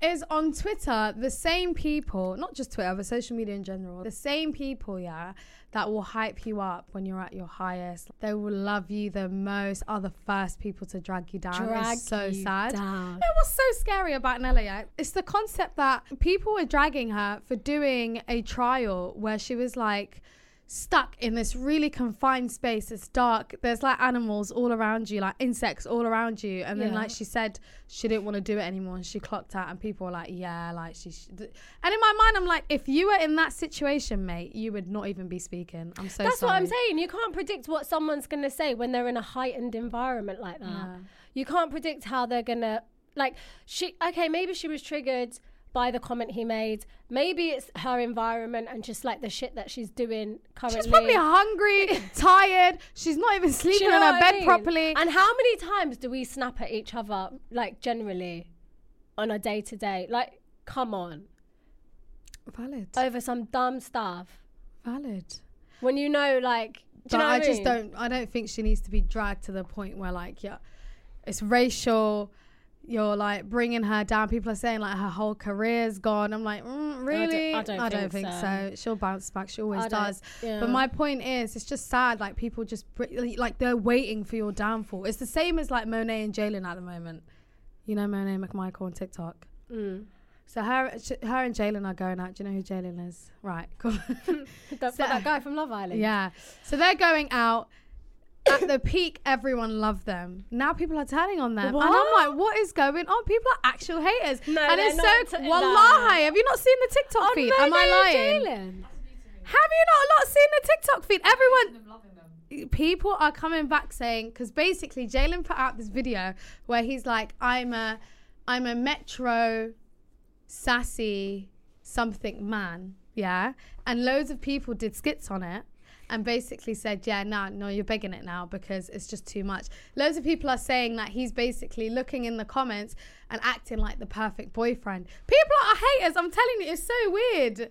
Speaker 3: is on Twitter, the same people, not just Twitter, but social media in general, the same people, yeah, that will hype you up when you're at your highest. They will love you the most, are the first people to drag you down.
Speaker 2: Drag
Speaker 3: it's so
Speaker 2: you
Speaker 3: sad.
Speaker 2: down.
Speaker 3: It was so scary about Nella, yeah. It's the concept that people were dragging her for doing a trial where she was like, stuck in this really confined space. It's dark. There's like animals all around you, like insects all around you. And then
Speaker 2: Yeah.
Speaker 3: like she said she didn't want to do it anymore and she clocked out and people were like, yeah, like she sh-. And in my mind I'm like, if you were in that situation, mate, you would not even be speaking. I'm so
Speaker 2: That's what I'm
Speaker 3: sorry.
Speaker 2: saying. You can't predict what someone's going to say when they're in a heightened environment like that. You can't predict how they're going to like she okay, maybe she was triggered by the comment he made. Maybe it's her environment and just like the shit that she's doing currently.
Speaker 3: She's probably hungry,
Speaker 2: *laughs*
Speaker 3: tired. She's not even
Speaker 2: Do you
Speaker 3: sleeping
Speaker 2: know
Speaker 3: in her
Speaker 2: what I
Speaker 3: bed
Speaker 2: mean?
Speaker 3: properly.
Speaker 2: And how many times do we snap at each other like generally on a day to day? Like come on.
Speaker 3: valid.
Speaker 2: Over some dumb stuff
Speaker 3: valid.
Speaker 2: when you know like do
Speaker 3: but
Speaker 2: you know
Speaker 3: I
Speaker 2: what
Speaker 3: just
Speaker 2: mean?
Speaker 3: don't. I don't think she needs to be dragged to the point where like yeah, it's racial. You're like bringing her down. People are saying like her whole career's gone. I'm like, mm, really?
Speaker 2: I don't think so.
Speaker 3: She'll bounce back. She always
Speaker 2: I don't-
Speaker 3: does.
Speaker 2: yeah.
Speaker 3: But my point is, it's just sad. Like people just br- like they're waiting for your downfall. It's the same as like Monet and Jalen at the moment. You know Monet McMichael on TikTok.
Speaker 2: Mm.
Speaker 3: So her, sh- her and Jalen are going out. Do you know who Jalen is? Right.
Speaker 2: *laughs*
Speaker 3: Cool.
Speaker 2: That's like that guy from Love Island.
Speaker 3: Yeah. So they're going out. At the peak, everyone loved them. Now people are turning on them, and I'm like, "What is going on? People are actual haters."
Speaker 2: No,
Speaker 3: and
Speaker 2: they're
Speaker 3: it's
Speaker 2: not
Speaker 3: so
Speaker 2: t- no.
Speaker 3: wallahi. Have you not seen the TikTok
Speaker 2: On
Speaker 3: feed?
Speaker 2: Monet
Speaker 3: Am I
Speaker 2: and
Speaker 3: lying?
Speaker 2: Jalen.
Speaker 3: Have you not not seen the TikTok feed? Everyone,
Speaker 4: I'm loving them.
Speaker 3: people are coming back saying because basically Jalen put out this video where he's like, "I'm a, I'm a metro, sassy something man," yeah, and loads of people did skits on it. And basically said, yeah, no, no, you're begging it now because it's just too much. Loads of people are saying that he's basically looking in the comments and acting like the perfect boyfriend. People are haters. I'm telling you, it's so weird.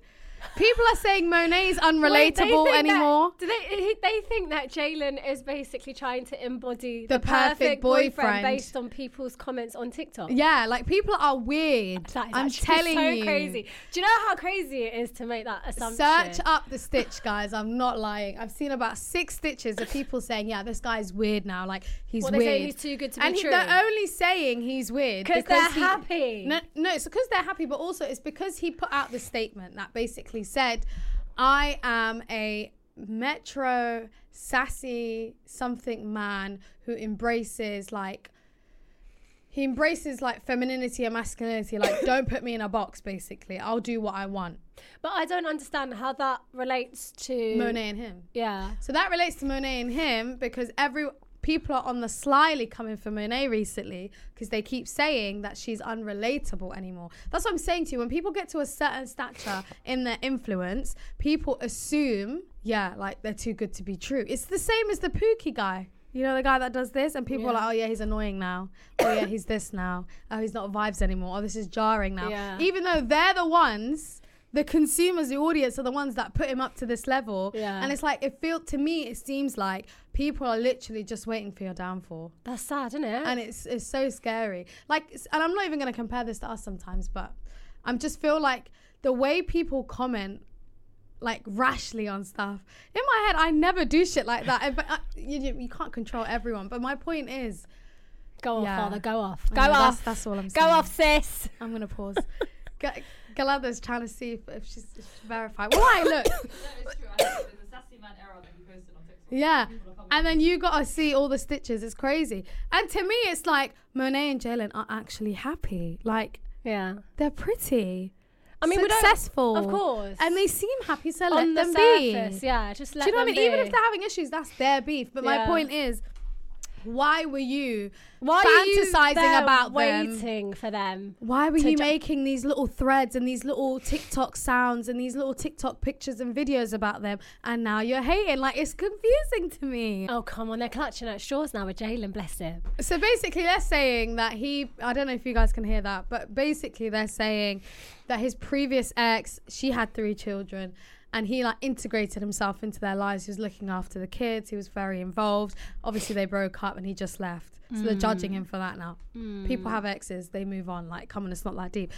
Speaker 3: People are saying Monet's
Speaker 2: *laughs* Wait, they
Speaker 3: unrelatable
Speaker 2: think that-
Speaker 3: anymore.
Speaker 2: do they, they think that Jalen is basically trying to embody
Speaker 3: The perfect boyfriend.
Speaker 2: based on people's comments on TikTok.
Speaker 3: Yeah, like people are weird.
Speaker 2: That is
Speaker 3: I'm
Speaker 2: actually *laughs*
Speaker 3: telling
Speaker 2: so
Speaker 3: you.
Speaker 2: crazy. Do you know how crazy it is to make that assumption?
Speaker 3: Search up the stitch, guys. I'm not lying. I've seen about six stitches of people saying, "Yeah, this guy's weird now. Like he's
Speaker 2: Well, they
Speaker 3: weird.
Speaker 2: say he's too good to be
Speaker 3: and he-
Speaker 2: true.
Speaker 3: they're only saying he's weird
Speaker 2: 'Cause
Speaker 3: because
Speaker 2: they're
Speaker 3: he-
Speaker 2: happy.
Speaker 3: No, no, it's because they're happy, but also it's because he put out the statement that basically said, "I am a metro sassy something man who embraces like." he embraces like femininity and masculinity like don't put me in a box basically i'll do what i want
Speaker 2: but I don't understand how that relates to
Speaker 3: monet and him
Speaker 2: Yeah.
Speaker 3: so that relates to monet and him because every people are on the slyly coming for monet recently because they keep saying that she's unrelatable anymore that's what i'm saying to you when people get to a certain stature in their influence people assume yeah like they're too good to be true it's the same as the pookie guy you know the guy that does this, and people are like, "Oh yeah, he's annoying now. Oh yeah, he's this now. Oh, he's not vibes anymore. Oh, this is jarring now."
Speaker 2: Yeah.
Speaker 3: Even though they're the ones, the consumers, the audience are the ones that put him up to this level.
Speaker 2: Yeah.
Speaker 3: And it's like it feels to me, it seems like people are literally just waiting for your downfall,
Speaker 2: That's sad, isn't it?
Speaker 3: and it's it's so scary. Like, it's- and I'm not even gonna compare this to us sometimes, but I'm just feel like the way people comment like rashly on stuff. In my head, I never do shit like that. I- But I, you, you you can't control everyone. But my point is,
Speaker 2: Go off,
Speaker 3: Yeah.
Speaker 2: father. Go off.
Speaker 3: I
Speaker 2: Go
Speaker 3: know, that's-
Speaker 2: off.
Speaker 3: that's all
Speaker 2: Go
Speaker 3: I'm saying.
Speaker 2: off,
Speaker 3: *laughs*
Speaker 2: sis.
Speaker 3: I'm
Speaker 2: *laughs*
Speaker 3: gonna pause. Ga- Galadha's trying to see if, if she's if she's verified. Why
Speaker 2: *coughs*
Speaker 3: look?
Speaker 4: That is true. I think there's a sassy man error that you posted on TikTok.
Speaker 3: Yeah.
Speaker 4: People are coming
Speaker 3: And then you gotta see all the stitches. It's crazy. And to me, it's like Monet and Jalen are actually happy. Like
Speaker 2: Yeah.
Speaker 3: they're pretty.
Speaker 2: I mean, we don't-
Speaker 3: successful,
Speaker 2: of course.
Speaker 3: and they seem happy. So
Speaker 2: On
Speaker 3: let
Speaker 2: the
Speaker 3: them
Speaker 2: surface,
Speaker 3: be.
Speaker 2: yeah. Just let
Speaker 3: Do you know what I
Speaker 2: them
Speaker 3: mean? Even
Speaker 2: be.
Speaker 3: if they're having issues, that's their beef. But
Speaker 2: Yeah.
Speaker 3: my point is, why were you
Speaker 2: Why are you
Speaker 3: fantasizing
Speaker 2: there
Speaker 3: about
Speaker 2: waiting
Speaker 3: them?
Speaker 2: for them?
Speaker 3: Why were
Speaker 2: to
Speaker 3: you
Speaker 2: ju-
Speaker 3: making these little threads and these little TikTok sounds and these little TikTok pictures and videos about them? And now you're hating. Like it's confusing to me.
Speaker 2: Oh come on, they're clutching at straws now with Jalen. Bless him.
Speaker 3: So basically, they're saying that he. I don't know if you guys can hear that, but basically, they're saying that his previous ex, she had three children, and he like integrated himself into their lives. He was looking after the kids. He was very involved. Obviously, they broke up, and he just left. So they're judging him for that now. People have exes; they move on. Like, come on, it's not that deep.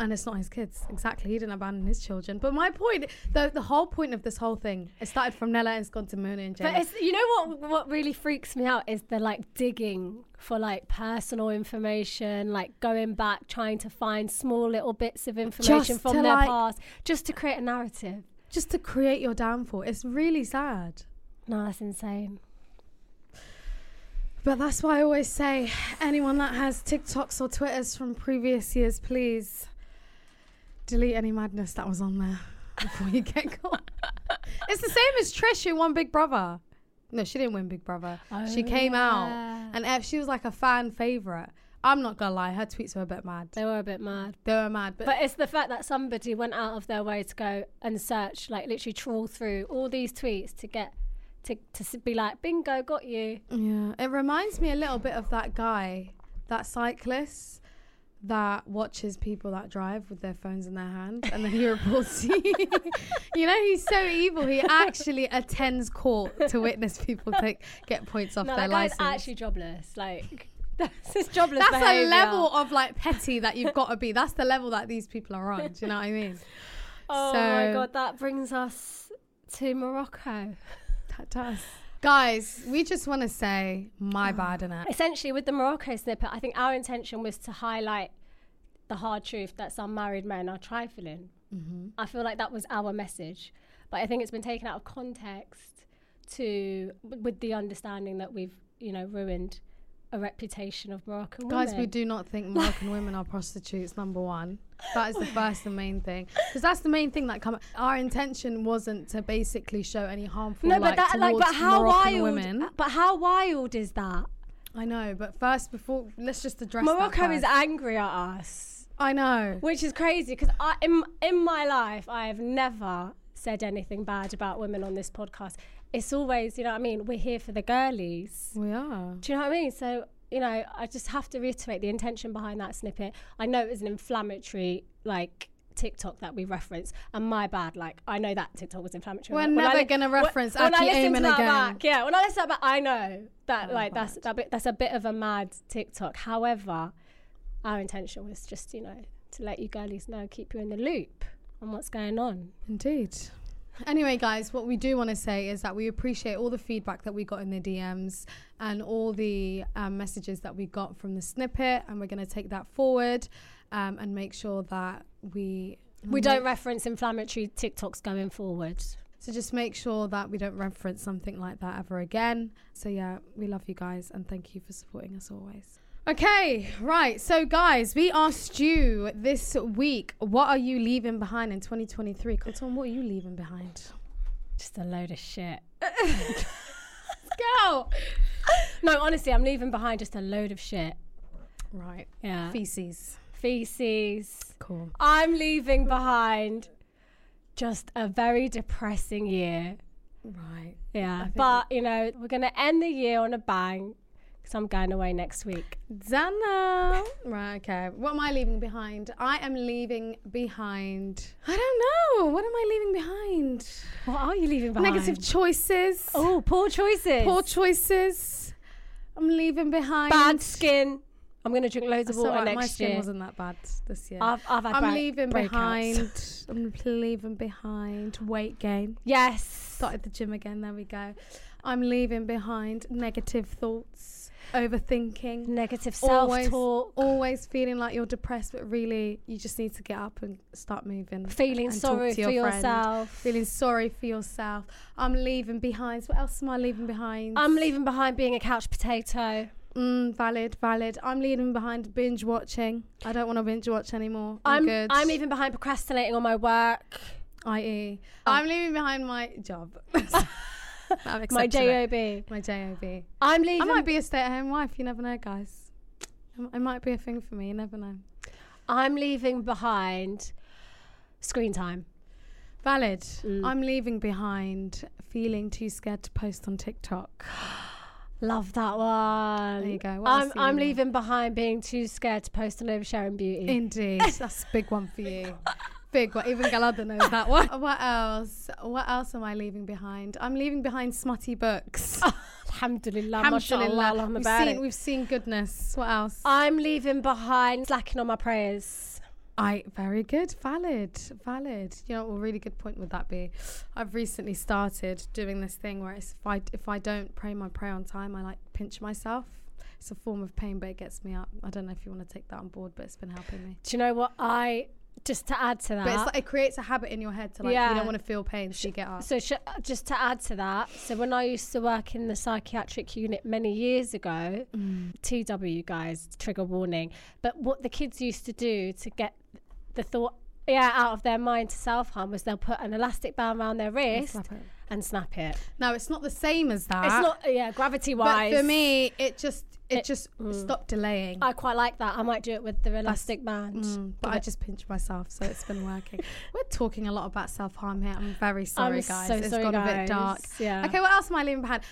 Speaker 3: And it's not his kids. Exactly. He didn't abandon his children. But my point, the, the whole point of this whole thing, it started from Nella and it's gone to Mona and Jay.
Speaker 2: But it's, you know what? What really freaks me out is the like digging for like personal information, like going back trying to find small little bits of information
Speaker 3: Just
Speaker 2: from
Speaker 3: to,
Speaker 2: their
Speaker 3: like-
Speaker 2: past, just to create a narrative.
Speaker 3: just to create your downfall. It's really sad.
Speaker 2: No, that's insane.
Speaker 3: But that's why I always say anyone that has TikToks or Twitters from previous years, please delete any madness that was on there before you get *laughs* caught. it's the same as Trish who won Big Brother. No, she didn't win Big Brother. she
Speaker 2: Oh,
Speaker 3: came
Speaker 2: yeah.
Speaker 3: out and eh, she was like a fan favorite. I'm not gonna lie, her tweets were a bit mad.
Speaker 2: They were a bit mad.
Speaker 3: They were mad, but,
Speaker 2: But it's the fact that somebody went out of their way to go and search, like literally trawl through all these tweets to get to, to s- be like, bingo, got you.
Speaker 3: Yeah, it reminds me a little bit of that guy, that cyclist that watches people that drive with their phones in their hand and
Speaker 2: *laughs*
Speaker 3: then he reports you. you know, he's so evil. He actually attends court to witness people take, get points off
Speaker 2: No,
Speaker 3: their
Speaker 2: that guy's
Speaker 3: license.
Speaker 2: actually jobless. Like, *laughs* that's his jobless
Speaker 3: That's
Speaker 2: behaviour.
Speaker 3: a level of like petty that you've got to be. That's the level that these people are on. Do you know what
Speaker 2: *laughs*
Speaker 3: I mean?
Speaker 2: Oh my
Speaker 3: So-
Speaker 2: god, that brings us to Morocco.
Speaker 3: That does. Guys, we just want to say my bad in it.
Speaker 2: Essentially, with the Morocco snippet, I think our intention was to highlight the hard truth that some married men are trifling. I feel like that was our message, but I think it's been taken out of context to with the understanding that we've you know ruined a reputation of Moroccan
Speaker 3: Guys, we
Speaker 2: women.
Speaker 3: do not think Moroccan women are prostitutes. Number one,
Speaker 2: *laughs*
Speaker 3: that is the first and main thing, because that's the main thing that come. Our intention wasn't to basically show any harmful.
Speaker 2: no,
Speaker 3: like,
Speaker 2: but that like,
Speaker 3: towards
Speaker 2: but how
Speaker 3: Moroccan
Speaker 2: wild?
Speaker 3: Women.
Speaker 2: But how wild is that?
Speaker 3: I know, but first, before let's just address. that
Speaker 2: Morocco is
Speaker 3: first.
Speaker 2: angry at us.
Speaker 3: I know.
Speaker 2: which is crazy because I in in my life I have never said anything bad about women on this podcast. It's always, you know what I mean, we're here for the girlies.
Speaker 3: We are.
Speaker 2: Do you know what I mean? So, you know, I just have to reiterate the intention behind that snippet. I know it was an inflammatory like TikTok that we referenced, and my bad. Like, I know that TikTok was inflammatory.
Speaker 3: We're
Speaker 2: When I
Speaker 3: never
Speaker 2: li-
Speaker 3: gonna
Speaker 2: when-
Speaker 3: reference
Speaker 2: when I
Speaker 3: Aki
Speaker 2: listen to
Speaker 3: Amen
Speaker 2: that
Speaker 3: again.
Speaker 2: back- yeah, when I listen to that back, I know that like that's that bit, that's a bit of a mad TikTok. However, our intention was just you know to let you girlies know, keep you in the loop on what's going on.
Speaker 3: Indeed. Anyway, guys, what we do want to say is that we appreciate all the feedback that we got in the DMs and all the um, messages that we got from the snippet, and we're going to take that forward um, and make sure that we
Speaker 2: We don't reference inflammatory TikToks going forward.
Speaker 3: So just make sure that we don't reference something like that ever again. So yeah, we love you guys and thank you for supporting us always. Okay, right. So guys, we asked you this week, what are you leaving behind in 2023? Colton, what are you leaving behind?
Speaker 2: Just a load of shit.
Speaker 3: Go.
Speaker 2: No, honestly, I'm leaving behind just a load of shit.
Speaker 3: Right.
Speaker 2: Yeah.
Speaker 3: Feces.
Speaker 2: Feces.
Speaker 3: Cool.
Speaker 2: I'm leaving behind just a very depressing year.
Speaker 3: Right.
Speaker 2: Yeah. But, you know, we're going to end the year on a bang because I'm going away next week.
Speaker 3: Dana. Right, okay. What am I leaving behind? I am leaving behind I don't know. What am I leaving behind?
Speaker 2: What are you leaving behind?
Speaker 3: Negative choices.
Speaker 2: Oh, poor choices.
Speaker 3: poor choices I'm leaving behind.
Speaker 2: Bad skin. I'm going to drink loads of
Speaker 3: So
Speaker 2: water next
Speaker 3: my skin
Speaker 2: year.
Speaker 3: wasn't that bad this year.
Speaker 2: I've, I've had
Speaker 3: I'm
Speaker 2: break-
Speaker 3: leaving
Speaker 2: breakouts.
Speaker 3: behind.
Speaker 2: *laughs*
Speaker 3: I'm leaving behind weight gain.
Speaker 2: Yes.
Speaker 3: Started the gym again. There we go. I'm leaving behind negative thoughts, overthinking,
Speaker 2: Negative
Speaker 3: Always-
Speaker 2: self talk.
Speaker 3: always feeling like you're depressed, but really you just need to get up and start moving.
Speaker 2: Feeling
Speaker 3: and talk
Speaker 2: sorry
Speaker 3: to your
Speaker 2: for
Speaker 3: friend.
Speaker 2: yourself.
Speaker 3: Feeling sorry for yourself. I'm leaving behind. What else am I leaving behind?
Speaker 2: I'm leaving behind being a couch potato.
Speaker 3: Mm, valid, valid. I'm leaving behind binge watching. I don't want to binge watch anymore. I'm,
Speaker 2: I'm
Speaker 3: good.
Speaker 2: I'm leaving behind procrastinating on my
Speaker 3: *laughs*
Speaker 2: work,
Speaker 3: I.e. I'm leaving behind my job. I've
Speaker 2: my
Speaker 3: accepted it.
Speaker 2: job.
Speaker 3: *laughs* My job.
Speaker 2: I'm leaving.
Speaker 3: I might be a stay-at-home wife. You never know, guys. Um, It might be a thing for me. You never know.
Speaker 2: I'm leaving behind screen time.
Speaker 3: Valid. I'm leaving behind feeling too scared to post on *laughs* TikTok.
Speaker 2: Love that one.
Speaker 3: There you go. What
Speaker 2: I'm
Speaker 3: else are you
Speaker 2: I'm
Speaker 3: leaving?
Speaker 2: leaving behind being too scared to post on oversharing beauty.
Speaker 3: Indeed, that's a big one for you. Big one. Even Galada knows that one. *laughs* What else? What else am I leaving behind? I'm leaving behind smutty books.
Speaker 2: *laughs* Alhamdulillah,
Speaker 3: Alhamdulillah.
Speaker 2: mashallah,
Speaker 3: we've
Speaker 2: about
Speaker 3: seen
Speaker 2: it.
Speaker 3: we've seen goodness. What else?
Speaker 2: I'm leaving behind slacking on my prayers.
Speaker 3: I very good, valid, valid. You know, what a really good point would that be? I've recently started doing this thing where it's if I if I don't pray my prayer on time, I like pinch myself. It's a form of pain, but it gets me up. I don't know if you want to take that on board, but it's been helping me. Uh-huh.
Speaker 2: Do you know what I? Just to add to that,
Speaker 3: But it's like it creates a habit in your head to like you
Speaker 2: Yeah.
Speaker 3: don't want to feel pain, so you get up.
Speaker 2: So, sh- just to add to that, so when I used to work in the psychiatric unit many years ago,
Speaker 3: Mm.
Speaker 2: TW guys, trigger warning. But what the kids used to do to get the thought, yeah, out of their mind to self harm was they'll put an elastic band around their wrist
Speaker 3: slap it.
Speaker 2: and snap it.
Speaker 3: No, it's not the same as that.
Speaker 2: It's not, yeah, gravity
Speaker 3: But
Speaker 2: wise.
Speaker 3: for me, it just it, Mm.
Speaker 2: It-
Speaker 3: just stopped delaying.
Speaker 2: I quite like that. I might do it with the elastic band.
Speaker 3: Mm, but I just pinch myself, so it's been
Speaker 2: *laughs*
Speaker 3: working. We're talking a lot about self harm here. I'm very sorry,
Speaker 2: I'm
Speaker 3: guys.
Speaker 2: so
Speaker 3: It's
Speaker 2: sorry,
Speaker 3: got a bit
Speaker 2: guys.
Speaker 3: dark.
Speaker 2: Yeah.
Speaker 3: Okay, what else am I leaving behind?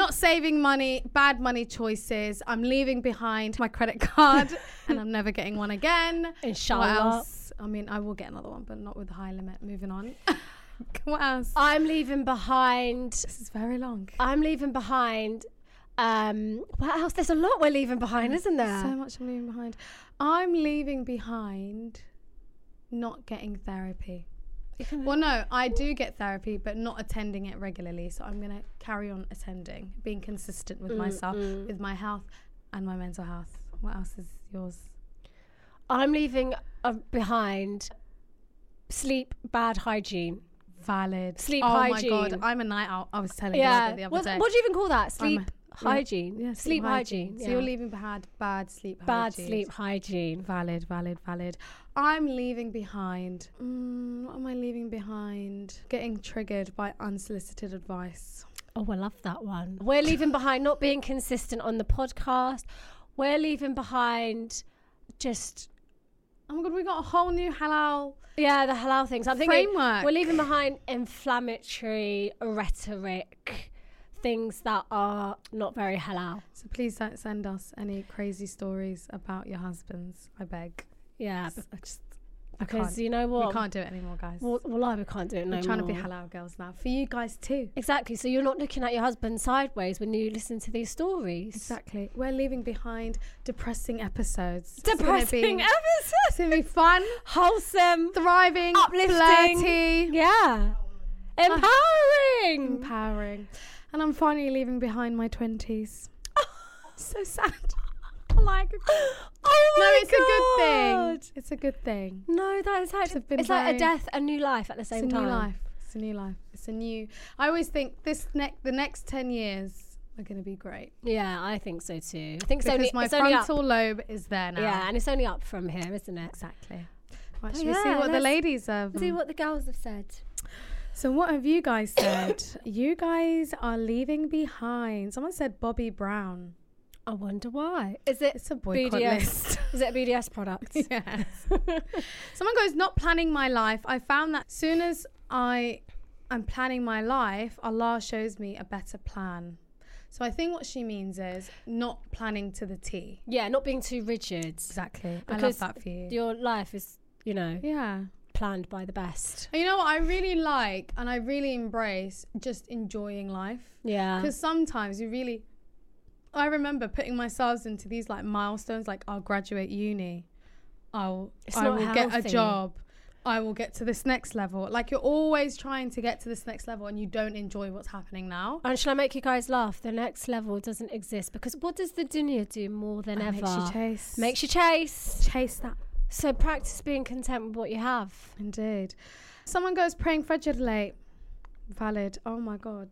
Speaker 3: Not saving money, bad money choices. I'm leaving behind my credit
Speaker 2: *laughs*
Speaker 3: card, and I'm never getting one again.
Speaker 2: Inshallah.
Speaker 3: What else? I mean, I will get another one, but not with a high limit. Moving on. *laughs* what else?
Speaker 2: I'm leaving behind.
Speaker 3: this is very long.
Speaker 2: I'm leaving behind. Um, what else? There's a lot we're leaving behind, isn't there?
Speaker 3: Mm. So much I'm leaving behind. I'm leaving behind not getting therapy. Well, no, I do get therapy, but not attending it regularly. So I'm going to carry on attending, being consistent
Speaker 2: Mm,
Speaker 3: with myself, with my health, and my mental health. What else is yours?
Speaker 2: I'm leaving uh, behind sleep, bad hygiene.
Speaker 3: Valid.
Speaker 2: Sleep
Speaker 3: oh my god,
Speaker 2: hygiene.
Speaker 3: I'm a night owl. I was telling
Speaker 2: Yeah.
Speaker 3: you the other
Speaker 2: What,
Speaker 3: day.
Speaker 2: what do you even call that? Sleep
Speaker 3: yeah.
Speaker 2: hygiene.
Speaker 3: Yeah,
Speaker 2: sleep, hygiene.
Speaker 3: So
Speaker 2: yeah.
Speaker 3: you're leaving behind bad sleep
Speaker 2: bad
Speaker 3: hygiene.
Speaker 2: sleep hygiene.
Speaker 3: Valid, valid, valid. I'm leaving behind. Mm, what am I leaving behind? Getting triggered by unsolicited advice.
Speaker 2: Oh, I love that one. We're
Speaker 3: *laughs*
Speaker 2: leaving behind not being consistent on the podcast. We're leaving behind just
Speaker 3: Oh my god, we got a whole new halal.
Speaker 2: yeah the halal things. I'm thinking
Speaker 3: Framework.
Speaker 2: we're leaving behind inflammatory rhetoric, things that are not very halal.
Speaker 3: So please don't send us any crazy stories about your husbands. I beg.
Speaker 2: Yeah,
Speaker 3: I just I
Speaker 2: because
Speaker 3: can't.
Speaker 2: you know what?
Speaker 3: we can't do it anymore, guys.
Speaker 2: Well, well, I we can't do it no
Speaker 3: We're trying
Speaker 2: more.
Speaker 3: to be halal girls now. For you guys too.
Speaker 2: Exactly. So you're not looking at your husband sideways when you listen to these stories.
Speaker 3: Exactly. We're leaving behind depressing episodes. It's gonna
Speaker 2: Depressing
Speaker 3: be- It's
Speaker 2: *laughs* episodes.
Speaker 3: gonna be fun,
Speaker 2: Wholesome.
Speaker 3: thriving,
Speaker 2: *laughs* Uplifting.
Speaker 3: flirty.
Speaker 2: Yeah. *laughs* Empowering.
Speaker 3: empowering. And I'm finally leaving behind my 20s. so sad.
Speaker 2: *laughs* like. Oh
Speaker 3: no,
Speaker 2: my
Speaker 3: it's a good
Speaker 2: God.
Speaker 3: thing. It's a good thing.
Speaker 2: No, that is actually.
Speaker 3: It's been
Speaker 2: it's like
Speaker 3: very-
Speaker 2: a death and new life at the
Speaker 3: It's
Speaker 2: same
Speaker 3: a
Speaker 2: time.
Speaker 3: new life. It's a new life. It's a new. I always think this next, the next 10 years are going to be great
Speaker 2: Yeah, I think so too. I think it's
Speaker 3: because
Speaker 2: only,
Speaker 3: my
Speaker 2: it's only up.
Speaker 3: frontal lobe is there now.
Speaker 2: Yeah, and it's only up from here, isn't it?
Speaker 3: exactly. Right,
Speaker 2: Oh,
Speaker 3: should we see
Speaker 2: yeah,
Speaker 3: what the
Speaker 2: let's
Speaker 3: ladies have? um,
Speaker 2: See what the girls have said.
Speaker 3: So, what have you guys said? *coughs* you guys are leaving behind. Someone said Bobby Brown.
Speaker 2: I wonder why. Is it
Speaker 3: It's a boycott list.
Speaker 2: *laughs* Is it a BDS *laughs* product?
Speaker 3: *laughs* Yes. Someone goes, not planning my life. I found that soon as I am planning my life, Allah shows me a better plan. So I think what she means is not planning to the T.
Speaker 2: Yeah, not being too rigid.
Speaker 3: Exactly. I love
Speaker 2: Because
Speaker 3: that for you.
Speaker 2: Your life is, you know,
Speaker 3: Yeah.
Speaker 2: planned by the best.
Speaker 3: And you know what I really like and I really embrace just enjoying life.
Speaker 2: Yeah.
Speaker 3: Because sometimes you really I remember putting myself into these like milestones, like I'll graduate uni, I'll
Speaker 2: It's
Speaker 3: I
Speaker 2: not
Speaker 3: will get a
Speaker 2: healthy.
Speaker 3: job, I will get to this next level. Like you're always trying to get to this next level, and you don't enjoy what's happening now.
Speaker 2: And shall I make you guys laugh? The next level doesn't exist because what does the dunya do more than
Speaker 3: It
Speaker 2: ever?
Speaker 3: makes you chase,
Speaker 2: Makes you chase.
Speaker 3: chase that.
Speaker 2: So practice being content with what you have.
Speaker 3: Indeed. Someone goes praying Fajr late. Valid. Oh my god.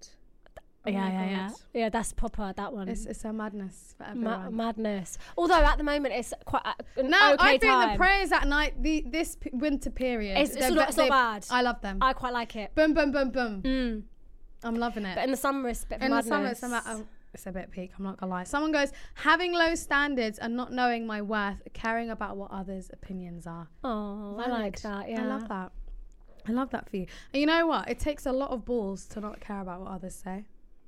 Speaker 3: Oh my God.
Speaker 2: yeah. That's proper. That one.
Speaker 3: It's it's a madness for
Speaker 2: Ma-
Speaker 3: everyone.
Speaker 2: madness. Although at the moment it's quite a- an
Speaker 3: no,
Speaker 2: okay
Speaker 3: I think
Speaker 2: time.
Speaker 3: the prayers at night, the this p- winter period,
Speaker 2: It's- it's
Speaker 3: they're
Speaker 2: not-
Speaker 3: ve-
Speaker 2: it's not
Speaker 3: they-
Speaker 2: bad.
Speaker 3: I love them.
Speaker 2: I quite like it.
Speaker 3: boom, boom, boom, boom.
Speaker 2: Mm.
Speaker 3: I'm loving it.
Speaker 2: But in the summer it's a bit
Speaker 3: in the summer, it's,
Speaker 2: madness.
Speaker 3: about, oh, it's a bit peak. I'm not gonna lie. Someone goes having low standards and not knowing my worth, caring about what others' opinions are.
Speaker 2: Oh, I
Speaker 3: Valid.
Speaker 2: like that. Yeah,
Speaker 3: I love that. I love that for you. And you know what? It takes a lot of balls to not care about what others say.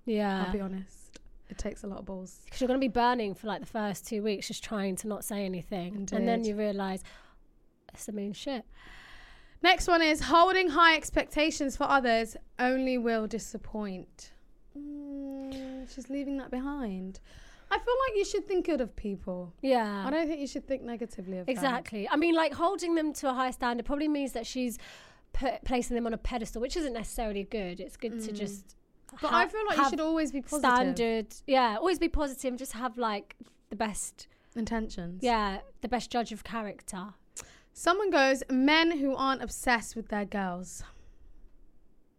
Speaker 3: I'll
Speaker 2: Yeah,
Speaker 3: be honest. It takes a lot of balls.
Speaker 2: because you're going to be burning for like the first two weeks, just trying to not say anything, and then
Speaker 3: Indeed.
Speaker 2: you realise it's the mean shit.
Speaker 3: Next one is holding high expectations for others only will disappoint. Mm, she's leaving that behind. I feel like you should think good of people.
Speaker 2: Yeah,
Speaker 3: I don't think you should think negatively of them.
Speaker 2: Exactly. I mean, like holding them to a high standard probably means that she's put, placing them on a pedestal, which isn't necessarily good. It's good to just.
Speaker 3: Mm. But
Speaker 2: ha-
Speaker 3: I feel like you
Speaker 2: have
Speaker 3: should always be positive.
Speaker 2: standard. Yeah, always be positive. Just have like the best.
Speaker 3: intentions.
Speaker 2: Yeah, the best judge of character.
Speaker 3: Someone goes, men who aren't obsessed with their girls.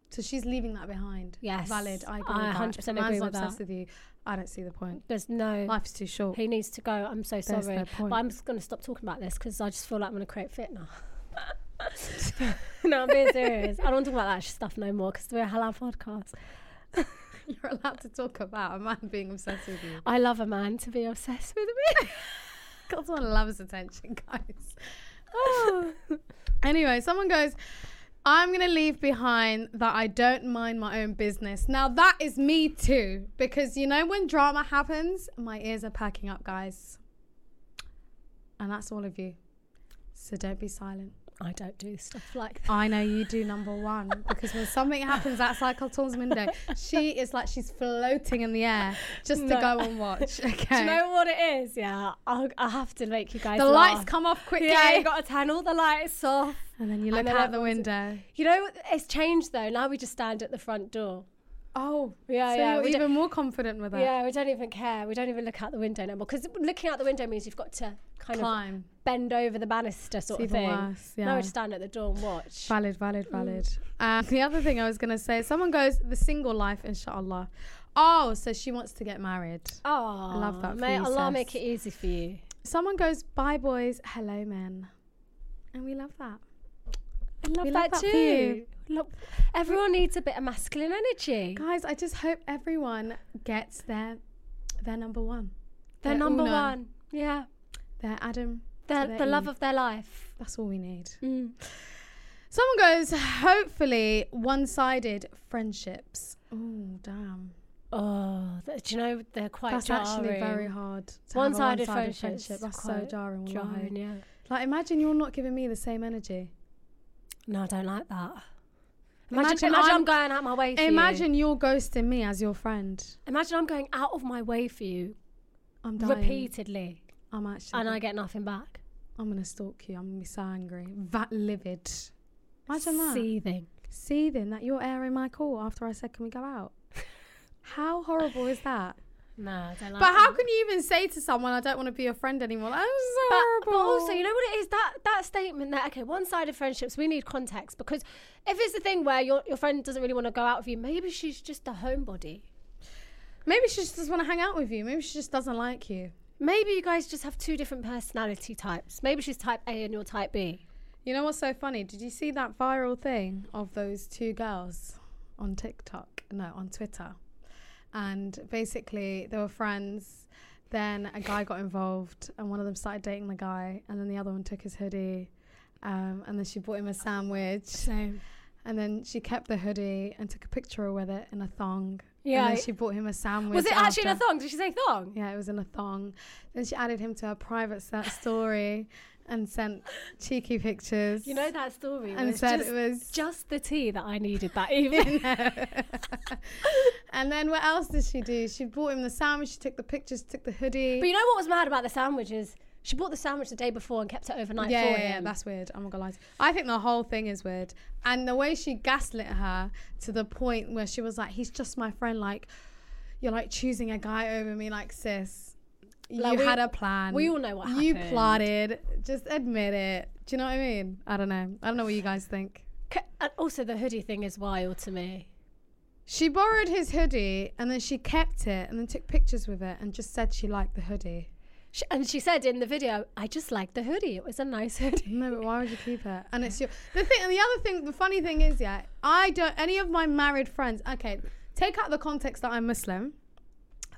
Speaker 3: So she's leaving that behind.
Speaker 2: Yes.
Speaker 3: Valid. I agree.
Speaker 2: I
Speaker 3: with that.
Speaker 2: 100%
Speaker 3: If a man's
Speaker 2: agree
Speaker 3: not
Speaker 2: with that.
Speaker 3: obsessed with you. I don't see the point.
Speaker 2: There's no.
Speaker 3: Life's too short. *laughs*
Speaker 2: he needs to go. I'm so
Speaker 3: There's
Speaker 2: sorry.
Speaker 3: no
Speaker 2: but
Speaker 3: point.
Speaker 2: I'm just going to stop talking about this because I just feel like I'm going to create
Speaker 3: *laughs*
Speaker 2: fit now. no, I'm being serious. I don't want to talk about that stuff no more because we're a halal podcast.
Speaker 3: You're allowed to talk about a man being obsessed with you.
Speaker 2: I love a man to be obsessed with me.
Speaker 3: *laughs* God's one loves attention, guys.
Speaker 2: *sighs*
Speaker 3: Oh. *sighs* anyway, someone goes, I'm going to leave behind that I don't mind my own business. Now, that is me too, because you know, when drama happens, my ears are packing up, guys. And that's all of you. So don't be silent.
Speaker 2: I don't do stuff like that.
Speaker 3: I know you do, number one, because when something happens outside Carlton's window, she is like she's floating in the air just
Speaker 2: No.
Speaker 3: to go and watch. Okay.
Speaker 2: *laughs* Do you know what it is? Yeah, I'll, I have to make you guys.
Speaker 3: the
Speaker 2: laugh.
Speaker 3: lights come off quickly.
Speaker 2: Yeah, you got to turn all the lights off.
Speaker 3: And then
Speaker 2: And
Speaker 3: you look
Speaker 2: then
Speaker 3: out the
Speaker 2: everyone's-
Speaker 3: window.
Speaker 2: You know, it's changed though. Now we just stand at the front door.
Speaker 3: Oh,
Speaker 2: Yeah,
Speaker 3: so
Speaker 2: yeah,
Speaker 3: You're
Speaker 2: we don't-
Speaker 3: even more confident with that.
Speaker 2: Yeah, we don't even care. We don't even look out the window no more because looking out the window means you've got to kind
Speaker 3: Climb.
Speaker 2: of bend over the banister sort
Speaker 3: It's
Speaker 2: of
Speaker 3: even
Speaker 2: thing.
Speaker 3: worse,
Speaker 2: Now
Speaker 3: yeah.
Speaker 2: we just stand at the door and watch.
Speaker 3: *laughs* Valid, valid,
Speaker 2: Mm.
Speaker 3: valid. Um, the other thing I was going to say someone goes, the single life, inshallah. Oh, so she wants to get married.
Speaker 2: Oh,
Speaker 3: love that for
Speaker 2: May
Speaker 3: you,
Speaker 2: Allah
Speaker 3: sis.
Speaker 2: make it easy for you.
Speaker 3: Someone goes, bye, boys, hello, men. And we love that.
Speaker 2: I love
Speaker 3: We
Speaker 2: that
Speaker 3: love that for
Speaker 2: too. Look, everyone needs a bit of masculine energy.
Speaker 3: Guys, I just hope everyone gets their their number one.
Speaker 2: They're
Speaker 3: They're
Speaker 2: number
Speaker 3: uno.
Speaker 2: one. Yeah,
Speaker 3: Their Adam.
Speaker 2: they're
Speaker 3: their
Speaker 2: the love
Speaker 3: Eve.
Speaker 2: of their life.
Speaker 3: That's all we need.
Speaker 2: Mm.
Speaker 3: Someone goes, hopefully, one sided friendships. Oh, damn.
Speaker 2: Oh, th- do you know they're quite
Speaker 3: That's
Speaker 2: jarring.
Speaker 3: actually very hard. to have a
Speaker 2: One-sided
Speaker 3: one-sided
Speaker 2: friendships
Speaker 3: friendship.
Speaker 2: is
Speaker 3: That's so
Speaker 2: quite
Speaker 3: jarring. wallahi.
Speaker 2: jarring. Yeah.
Speaker 3: Like, imagine you're not giving me the same energy.
Speaker 2: No, I don't like that. Imagine,
Speaker 3: Imagine
Speaker 2: imagine, I'm,
Speaker 3: I'm-
Speaker 2: going out my way. For
Speaker 3: Imagine you're ghosting me as your friend.
Speaker 2: you. imagine I'm going out of my way for you
Speaker 3: I'm dying.
Speaker 2: repeatedly,
Speaker 3: I'm actually.
Speaker 2: and I get nothing back.
Speaker 3: I'm gonna stalk you. I'm gonna be so angry. That livid. Imagine that.
Speaker 2: Seething.
Speaker 3: Seething that you're airing my call after I said, "Can we
Speaker 2: *laughs*
Speaker 3: go out?" How horrible is that?
Speaker 2: No, I don't like.
Speaker 3: But how
Speaker 2: that.
Speaker 3: can you even say to someone, "I don't want to be your friend anymore"? That is so
Speaker 2: But, but
Speaker 3: horrible.
Speaker 2: also, you know what it is that that statement that okay, one sided friendships. We need context because if it's the thing where your your friend doesn't really want to go out with you, maybe she's just a homebody.
Speaker 3: maybe she just doesn't want to hang out with you. Maybe she just doesn't like you.
Speaker 2: Maybe you guys just have two different personality types. Maybe she's type A and you're type B.
Speaker 3: You know what's so funny? Did you see that viral thing of those two girls on TikTok? No, on Twitter. And basically, they were friends. Then a guy got involved, and one of them started dating the guy, and then the other one took his hoodie. Um, and then she bought him a sandwich,
Speaker 2: Same.
Speaker 3: and then she kept the hoodie and took a picture with it in a thong.
Speaker 2: Yeah.
Speaker 3: And then she bought him a sandwich.
Speaker 2: Was it actually in a
Speaker 3: after.
Speaker 2: thong? Did she say thong?
Speaker 3: Yeah, it was in a thong. Then she added him to her private se- story. and sent cheeky pictures.
Speaker 2: You know that story
Speaker 3: and
Speaker 2: was
Speaker 3: said
Speaker 2: just,
Speaker 3: it was.
Speaker 2: just the tea that I needed that *laughs* evening.
Speaker 3: *laughs* and then what else did she do? She bought him the sandwich. She took the pictures. Took the hoodie.
Speaker 2: but you know what was mad about the sandwiches? She bought the sandwich the day before and kept it overnight
Speaker 3: yeah,
Speaker 2: for
Speaker 3: yeah,
Speaker 2: him.
Speaker 3: yeah, that's weird. I'm not gonna lie. to you. I think the whole thing is weird, and the way she gaslit her to the point where she was like, "He's just my friend." Like, you're like choosing a guy over me, like sis.
Speaker 2: Like,
Speaker 3: you
Speaker 2: we-
Speaker 3: had a plan.
Speaker 2: we all know what
Speaker 3: you
Speaker 2: happened.
Speaker 3: plotted. Just admit it. Do you know what I mean? I don't know. I don't know what you guys think.
Speaker 2: C- and also, the hoodie thing is wild to me.
Speaker 3: She borrowed his hoodie and then she kept it and then took pictures with it and just said she liked the hoodie.
Speaker 2: She, and she said in the video, I just liked the hoodie. It was a nice *laughs* hoodie.
Speaker 3: No, but why would you keep it? And it's your the thing. And the other thing, the funny thing is, yeah, I don't. Any of my married friends. Okay, take out the context that I'm Muslim,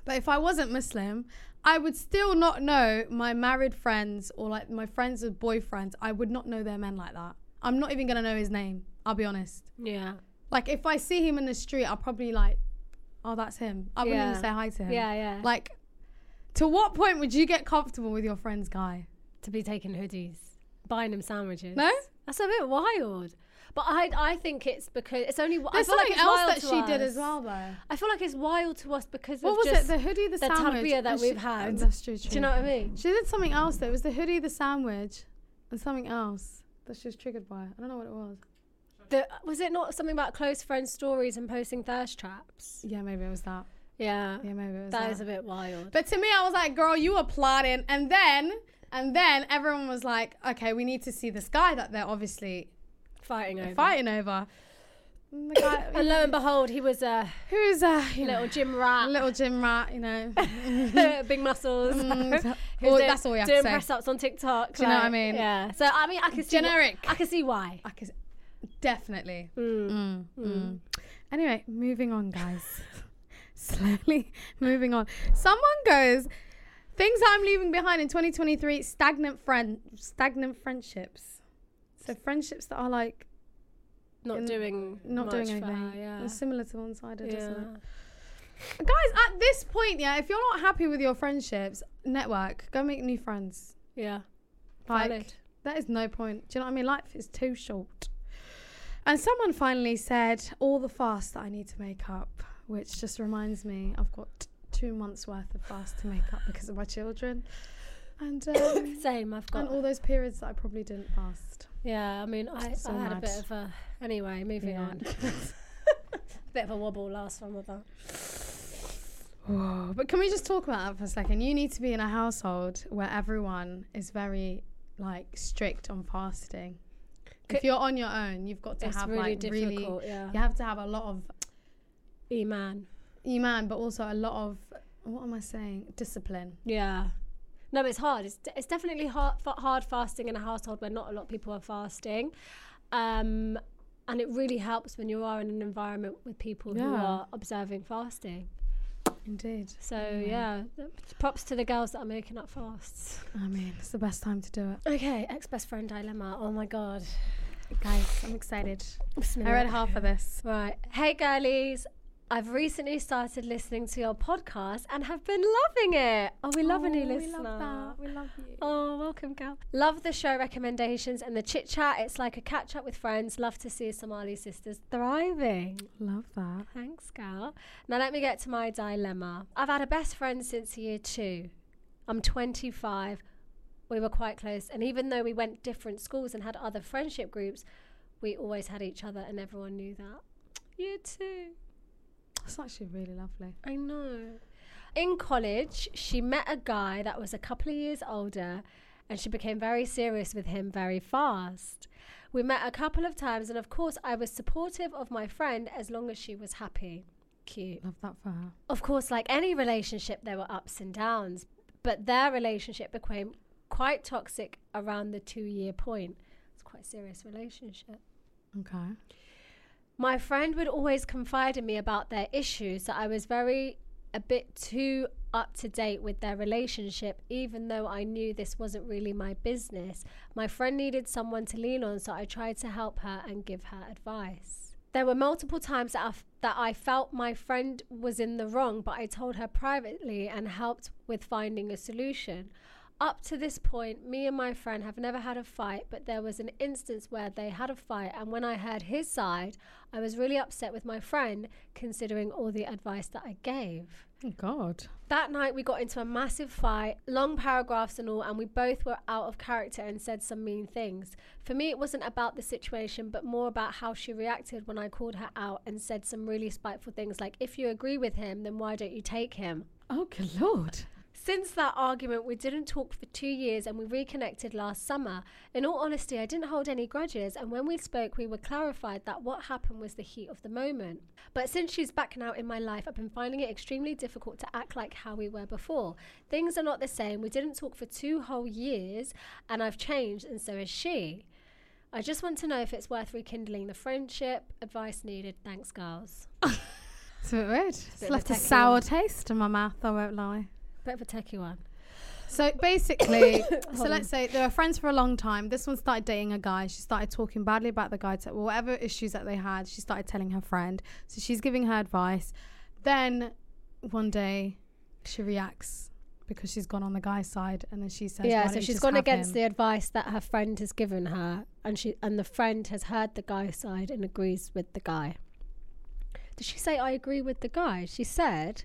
Speaker 3: but if I wasn't Muslim, I would still not know my married friends or like my friends with boyfriends. I would not know their men like that. I'm not even gonna know his name. I'll be honest.
Speaker 2: Yeah.
Speaker 3: Like if I see him in the street, I'll probably like, oh, that's him. I wouldn't
Speaker 2: Yeah.
Speaker 3: even say hi to him.
Speaker 2: Yeah, yeah.
Speaker 3: Like, to what point would you get comfortable with your friend's guy?
Speaker 2: to be taking hoodies, buying them sandwiches.
Speaker 3: No?
Speaker 2: That's a bit wild. But I, I think it's because it's only. I
Speaker 3: There's
Speaker 2: feel like it's
Speaker 3: something else
Speaker 2: wild
Speaker 3: that
Speaker 2: to
Speaker 3: she did
Speaker 2: us.
Speaker 3: as well, though.
Speaker 2: I feel like it's wild to us because
Speaker 3: What
Speaker 2: of
Speaker 3: was it?
Speaker 2: just
Speaker 3: The hoodie, the,
Speaker 2: the
Speaker 3: sandwich.
Speaker 2: tabia that
Speaker 3: and
Speaker 2: we've
Speaker 3: she-
Speaker 2: had.
Speaker 3: That's true, true.
Speaker 2: Do you know what I mean?
Speaker 3: She did something else though. It was the hoodie, the sandwich, and something else that she was triggered by. I don't know what it was. Mm.
Speaker 2: The, was it not something about close friend stories and posting thirst traps?
Speaker 3: Yeah, maybe it was that.
Speaker 2: Yeah,
Speaker 3: Yeah, maybe it was
Speaker 2: that
Speaker 3: that.
Speaker 2: is a bit wild.
Speaker 3: but to me, I was like, girl, you were plotting. And then, and then everyone was like, okay, we need to see this guy that they're obviously
Speaker 2: Fighting over.
Speaker 3: fighting over. And the guy
Speaker 2: And lo and behold, he was a
Speaker 3: who's a you know,
Speaker 2: little gym rat,
Speaker 3: a little gym rat, you know.
Speaker 2: Mm-hmm. *laughs* big muscles. *laughs*
Speaker 3: *laughs*
Speaker 2: He
Speaker 3: Mm,
Speaker 2: was
Speaker 3: all-
Speaker 2: doing-
Speaker 3: that's all you have
Speaker 2: doing
Speaker 3: to say.
Speaker 2: press ups on TikTok.
Speaker 3: Do you know what I mean?
Speaker 2: Yeah. So I mean, I can see wh-
Speaker 3: Generic.
Speaker 2: I can see why.
Speaker 3: I could- definitely.
Speaker 2: Mm.
Speaker 3: Mm, mm. Anyway, moving on, guys. *laughs* Slowly *laughs* moving on. Someone goes, things I'm leaving behind in 2023: stagnant friend, stagnant friendships. So friendships that are like
Speaker 2: Not
Speaker 3: in-
Speaker 2: doing
Speaker 3: not doing
Speaker 2: much for
Speaker 3: anything.
Speaker 2: her, yeah.
Speaker 3: It's Similar to one-sided, isn't it?
Speaker 2: yeah.
Speaker 3: Guys, at this point, yeah, if you're not happy with your friendships, network, go make new friends.
Speaker 2: Yeah.
Speaker 3: Like,
Speaker 2: Valid.
Speaker 3: That is no point. Do you know what I mean? Life is too short. And someone finally said, all the fast that I need to make up, which just reminds me I've got two months worth of fast to make up because of my children. And,
Speaker 2: *coughs*
Speaker 3: um,
Speaker 2: Same. I've
Speaker 3: and
Speaker 2: got.
Speaker 3: all those periods that I probably didn't fast.
Speaker 2: Yeah. I mean, I,
Speaker 3: So
Speaker 2: I had a
Speaker 3: mad.
Speaker 2: bit of a. Anyway, moving
Speaker 3: Yeah. *laughs*
Speaker 2: on. *laughs* bit of a wobble last one with that. Oh.
Speaker 3: Whoa. But can we just talk about that for a second? You need to be in a household where everyone is very like strict on fasting. If
Speaker 2: C-
Speaker 3: you're on your own, you've got to
Speaker 2: It's
Speaker 3: have
Speaker 2: really
Speaker 3: like really
Speaker 2: difficult. yeah.
Speaker 3: you have to have a lot of
Speaker 2: E man.
Speaker 3: iman, but also a lot of what am I saying? Discipline.
Speaker 2: Yeah. No, it's hard. It's, de- it's definitely hard, fa- hard fasting in a household where not a lot of people are fasting. Um, and it really helps when you are in an environment with people who
Speaker 3: Yeah.
Speaker 2: are observing fasting.
Speaker 3: Indeed.
Speaker 2: So, yeah, th- props to the girls that are making up fasts.
Speaker 3: I mean, it's the best time to do it,
Speaker 2: Okay, ex best friend dilemma. Oh my god.
Speaker 3: guys. I'm excited.
Speaker 2: Listen
Speaker 3: I
Speaker 2: to
Speaker 3: read
Speaker 2: it.
Speaker 3: half of this.
Speaker 2: Right. Hey girlies. I've recently started listening to your podcast and have been loving it. Oh, we love a new
Speaker 3: Oh,
Speaker 2: listener.
Speaker 3: We love that. We love you.
Speaker 2: Oh, welcome, Gal. Love the show recommendations and the chit chat. It's like a catch up with friends. Love to see Somali sisters thriving.
Speaker 3: Love that.
Speaker 2: Thanks, Gal. Now, let me get to my dilemma. I've had a best friend since year two. I'm 25. We were quite close. And even though we went different schools and had other friendship groups, we always had each other and everyone knew that. Year two.
Speaker 3: That's actually really lovely.
Speaker 2: I know. In college, she met a guy that was a couple of years older and she became very serious with him very fast. We met a couple of times, and of course, I was supportive of my friend as long as she was happy. Cute.
Speaker 3: Love that for her.
Speaker 2: Of course, like any relationship, there were ups and downs, but their relationship became quite toxic around the two year point. It's quite a serious relationship.
Speaker 3: Okay.
Speaker 2: My friend would always confide in me about their issues, so I was very a bit too up to date with their relationship, even though I knew this wasn't really my business. My friend needed someone to lean on, so I tried to help her and give her advice. There were multiple times that I, f- that I felt my friend was in the wrong, but I told her privately and helped with finding a solution. up to this point, me and my friend have never had a fight, but there was an instance where they had a fight. And when I heard his side, I was really upset with my friend, considering all the advice that I gave.
Speaker 3: God.
Speaker 2: That night, we got into a massive fight, long paragraphs and all, and we both were out of character and said some mean things. For me, it wasn't about the situation, but more about how she reacted when I called her out and said some really spiteful things like, if you agree with him, then why don't you take him?
Speaker 3: Oh, good lord.
Speaker 2: Since that argument, we didn't talk for two years and we reconnected last summer. In all honesty, I didn't hold any grudges, and when we spoke, we were clarified that what happened was the heat of the moment. But since she's back now in my life, I've been finding it extremely difficult to act like how we were before. Things are not the same. We didn't talk for two whole years, and I've changed, and so has she. I just want to know if it's worth rekindling the friendship. Advice needed. Thanks, girls.
Speaker 3: It's a bit weird. It's
Speaker 2: of
Speaker 3: left
Speaker 2: a
Speaker 3: a
Speaker 2: techie
Speaker 3: sour
Speaker 2: one.
Speaker 3: taste in my mouth, I won't lie.
Speaker 2: Bit of a techie one.
Speaker 3: So
Speaker 2: *coughs*
Speaker 3: basically, so
Speaker 2: on.
Speaker 3: let's say they were friends for a long time. This one started dating a guy. She started talking badly about the guy. To, whatever issues that they had, she started telling her friend. So she's giving her advice. Then one day, she reacts because she's gone on the guy's side, and then she says,
Speaker 2: yeah,
Speaker 3: "Why
Speaker 2: so
Speaker 3: don't you
Speaker 2: she's
Speaker 3: just
Speaker 2: gone
Speaker 3: have
Speaker 2: against
Speaker 3: him?"
Speaker 2: the advice that her friend has given her, and she and the friend has heard the guy's side and agrees with the guy. Did she say I agree with the guy? She said.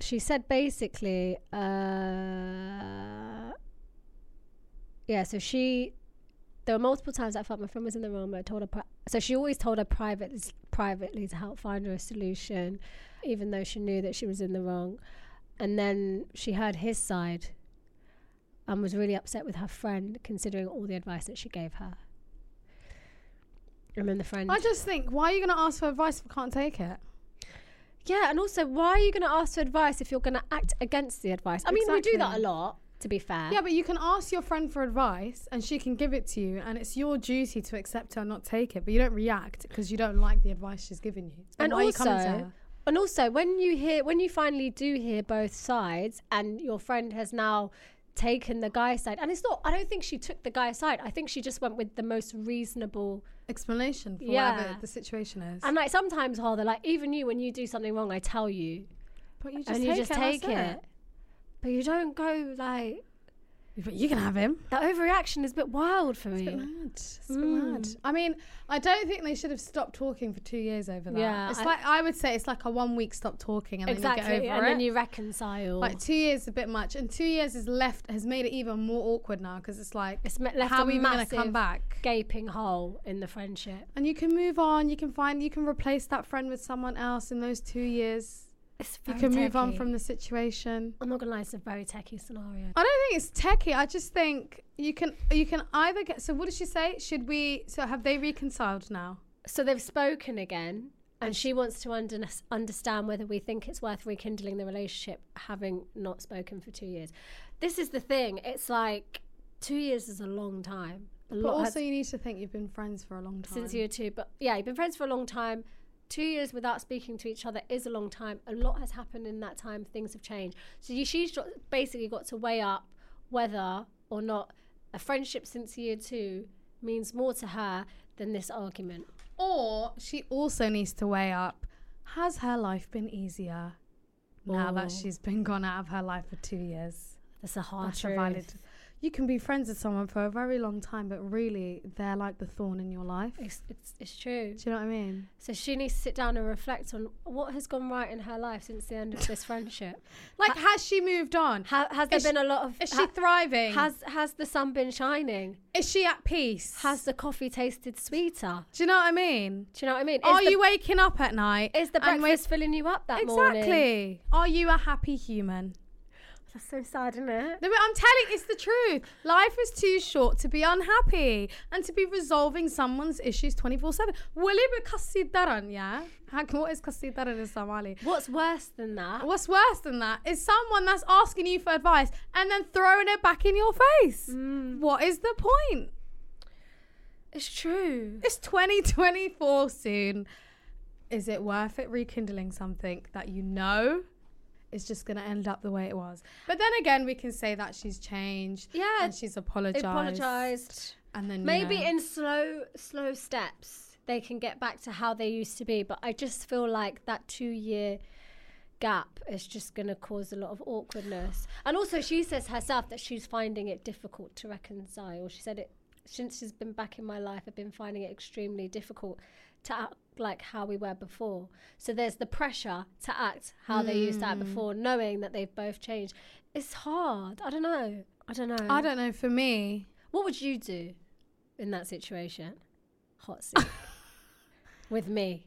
Speaker 2: She said basically, uh, yeah. So she, there were multiple times I felt my friend was in the wrong, but I told her. Pri- so she always told her privately, privately to help find her a solution, even though she knew that she was in the wrong and then she heard his side and was really upset with her friend considering all the advice that she gave her and then the friend
Speaker 3: I just think, why are you going to ask for advice if I can't take it?
Speaker 2: yeah and also why are you going to ask for advice if you're going to act against the advice i mean we do that a
Speaker 3: Exactly.
Speaker 2: lot to be fair
Speaker 3: Yeah, but you can ask your friend for advice, and she can give it to you, and it's your duty to accept it or not take it. But you don't react because you don't like the advice she's giving you. But
Speaker 2: And
Speaker 3: why are you coming to
Speaker 2: also-
Speaker 3: her?
Speaker 2: And also, when you hear, when you finally do hear both sides, and your friend has now taken the guy's side, and it's not, I don't think she took the guy's side. I think she just went with the most reasonable.
Speaker 3: explanation for
Speaker 2: Yeah.
Speaker 3: whatever the situation is.
Speaker 2: And like sometimes, Holder, like even you, when you do something wrong, I tell you,
Speaker 3: but you just
Speaker 2: and you just take it,
Speaker 3: that's
Speaker 2: But you don't go like
Speaker 3: it. But you can have him.
Speaker 2: that. Overreaction is a bit wild for
Speaker 3: It's a bit
Speaker 2: me.
Speaker 3: mad. It's a bit mad.
Speaker 2: Mm.
Speaker 3: I mean, I don't think they should have stopped talking for two years over that.
Speaker 2: Yeah,
Speaker 3: it's
Speaker 2: I-
Speaker 3: like I would say it's like a one week stop talking and then you
Speaker 2: Exactly,
Speaker 3: get over
Speaker 2: and
Speaker 3: it.
Speaker 2: then you reconcile.
Speaker 3: like two years is a bit much, and two years is left has made it even more awkward now because it's like
Speaker 2: it's me- left
Speaker 3: how
Speaker 2: a
Speaker 3: are we even gonna
Speaker 2: massive
Speaker 3: come back?
Speaker 2: gaping hole in the friendship.
Speaker 3: And you can move on. You can find. You can replace that friend with someone else in those two years.
Speaker 2: It's
Speaker 3: You can move on from the situation.
Speaker 2: I'm not gonna lie, it's a very techie scenario.
Speaker 3: I don't think it's techie. I just think you can you can either get. So what did she say? Should we? So have they reconciled now?
Speaker 2: So they've spoken again, and she wants to under- understand whether we think it's worth rekindling the relationship, having not spoken for two years. This is the thing. It's like two years is a long time. A
Speaker 3: But
Speaker 2: lot has
Speaker 3: also, you need to think you've been friends for a long time.
Speaker 2: since year two. But yeah, you've been friends for a long time. Two years without speaking to each other is a long time. A lot has happened in that time. Things have changed. So you, she's got- basically got to weigh up whether or not a friendship since year two means more to her than this argument.
Speaker 3: or she also needs to weigh up: has her life been easier now
Speaker 2: Ooh.
Speaker 3: that she's been gone out of her life for two years?
Speaker 2: That's a hard
Speaker 3: That's
Speaker 2: truth.
Speaker 3: a valid. You can be friends with someone for a very long time, but really, they're like the thorn in your life. Do
Speaker 2: It's, it's, it's true.
Speaker 3: you know what I mean?
Speaker 2: So she needs to sit down and reflect on what has gone right in her life since the end of
Speaker 3: *laughs*
Speaker 2: this friendship.
Speaker 3: Like, has she moved on?
Speaker 2: Ha- has there
Speaker 3: Is
Speaker 2: been a lot of?
Speaker 3: Is she
Speaker 2: ha-
Speaker 3: thriving?
Speaker 2: has has the sun been shining?
Speaker 3: is she at peace?
Speaker 2: Has the coffee tasted sweeter?
Speaker 3: Do you know what I mean?
Speaker 2: Do Oh, you know what I mean? Is
Speaker 3: Are
Speaker 2: the,
Speaker 3: you waking up at night?
Speaker 2: is the
Speaker 3: and
Speaker 2: breakfast filling you up that
Speaker 3: wake-
Speaker 2: morning?
Speaker 3: exactly? Are you a happy human?
Speaker 2: That's so sad, isn't it?
Speaker 3: No, but I'm telling it's the truth. Life is too short to be unhappy and to be resolving someone's issues 24 7. Wali be kasidaran, yeah? How- What is kasidaran in Somali?
Speaker 2: What's worse than that?
Speaker 3: What's worse than that is someone that's asking you for advice and then throwing it back in your face. What is the point?
Speaker 2: It's true.
Speaker 3: It's 2024 soon. Is it worth it rekindling something that you know is just going to end up the way it was? But then again, we can say that she's changed.
Speaker 2: Yeah,
Speaker 3: And she's apologized.
Speaker 2: Apologized.
Speaker 3: And then you
Speaker 2: Maybe
Speaker 3: know.
Speaker 2: in slow, slow steps they can get back to how they used to be. But I just feel like that two year gap is just going to cause a lot of awkwardness. And also, she says herself that she's finding it difficult to reconcile. She said it since she's been back in my life. I've been finding it extremely difficult to act like how we were before. So there's the pressure to act how they used to act before, knowing that they've both changed. It's hard. I don't know. I don't know.
Speaker 3: I don't know. For me,
Speaker 2: What would you do in that situation? Hot
Speaker 3: *laughs*
Speaker 2: seat. with me.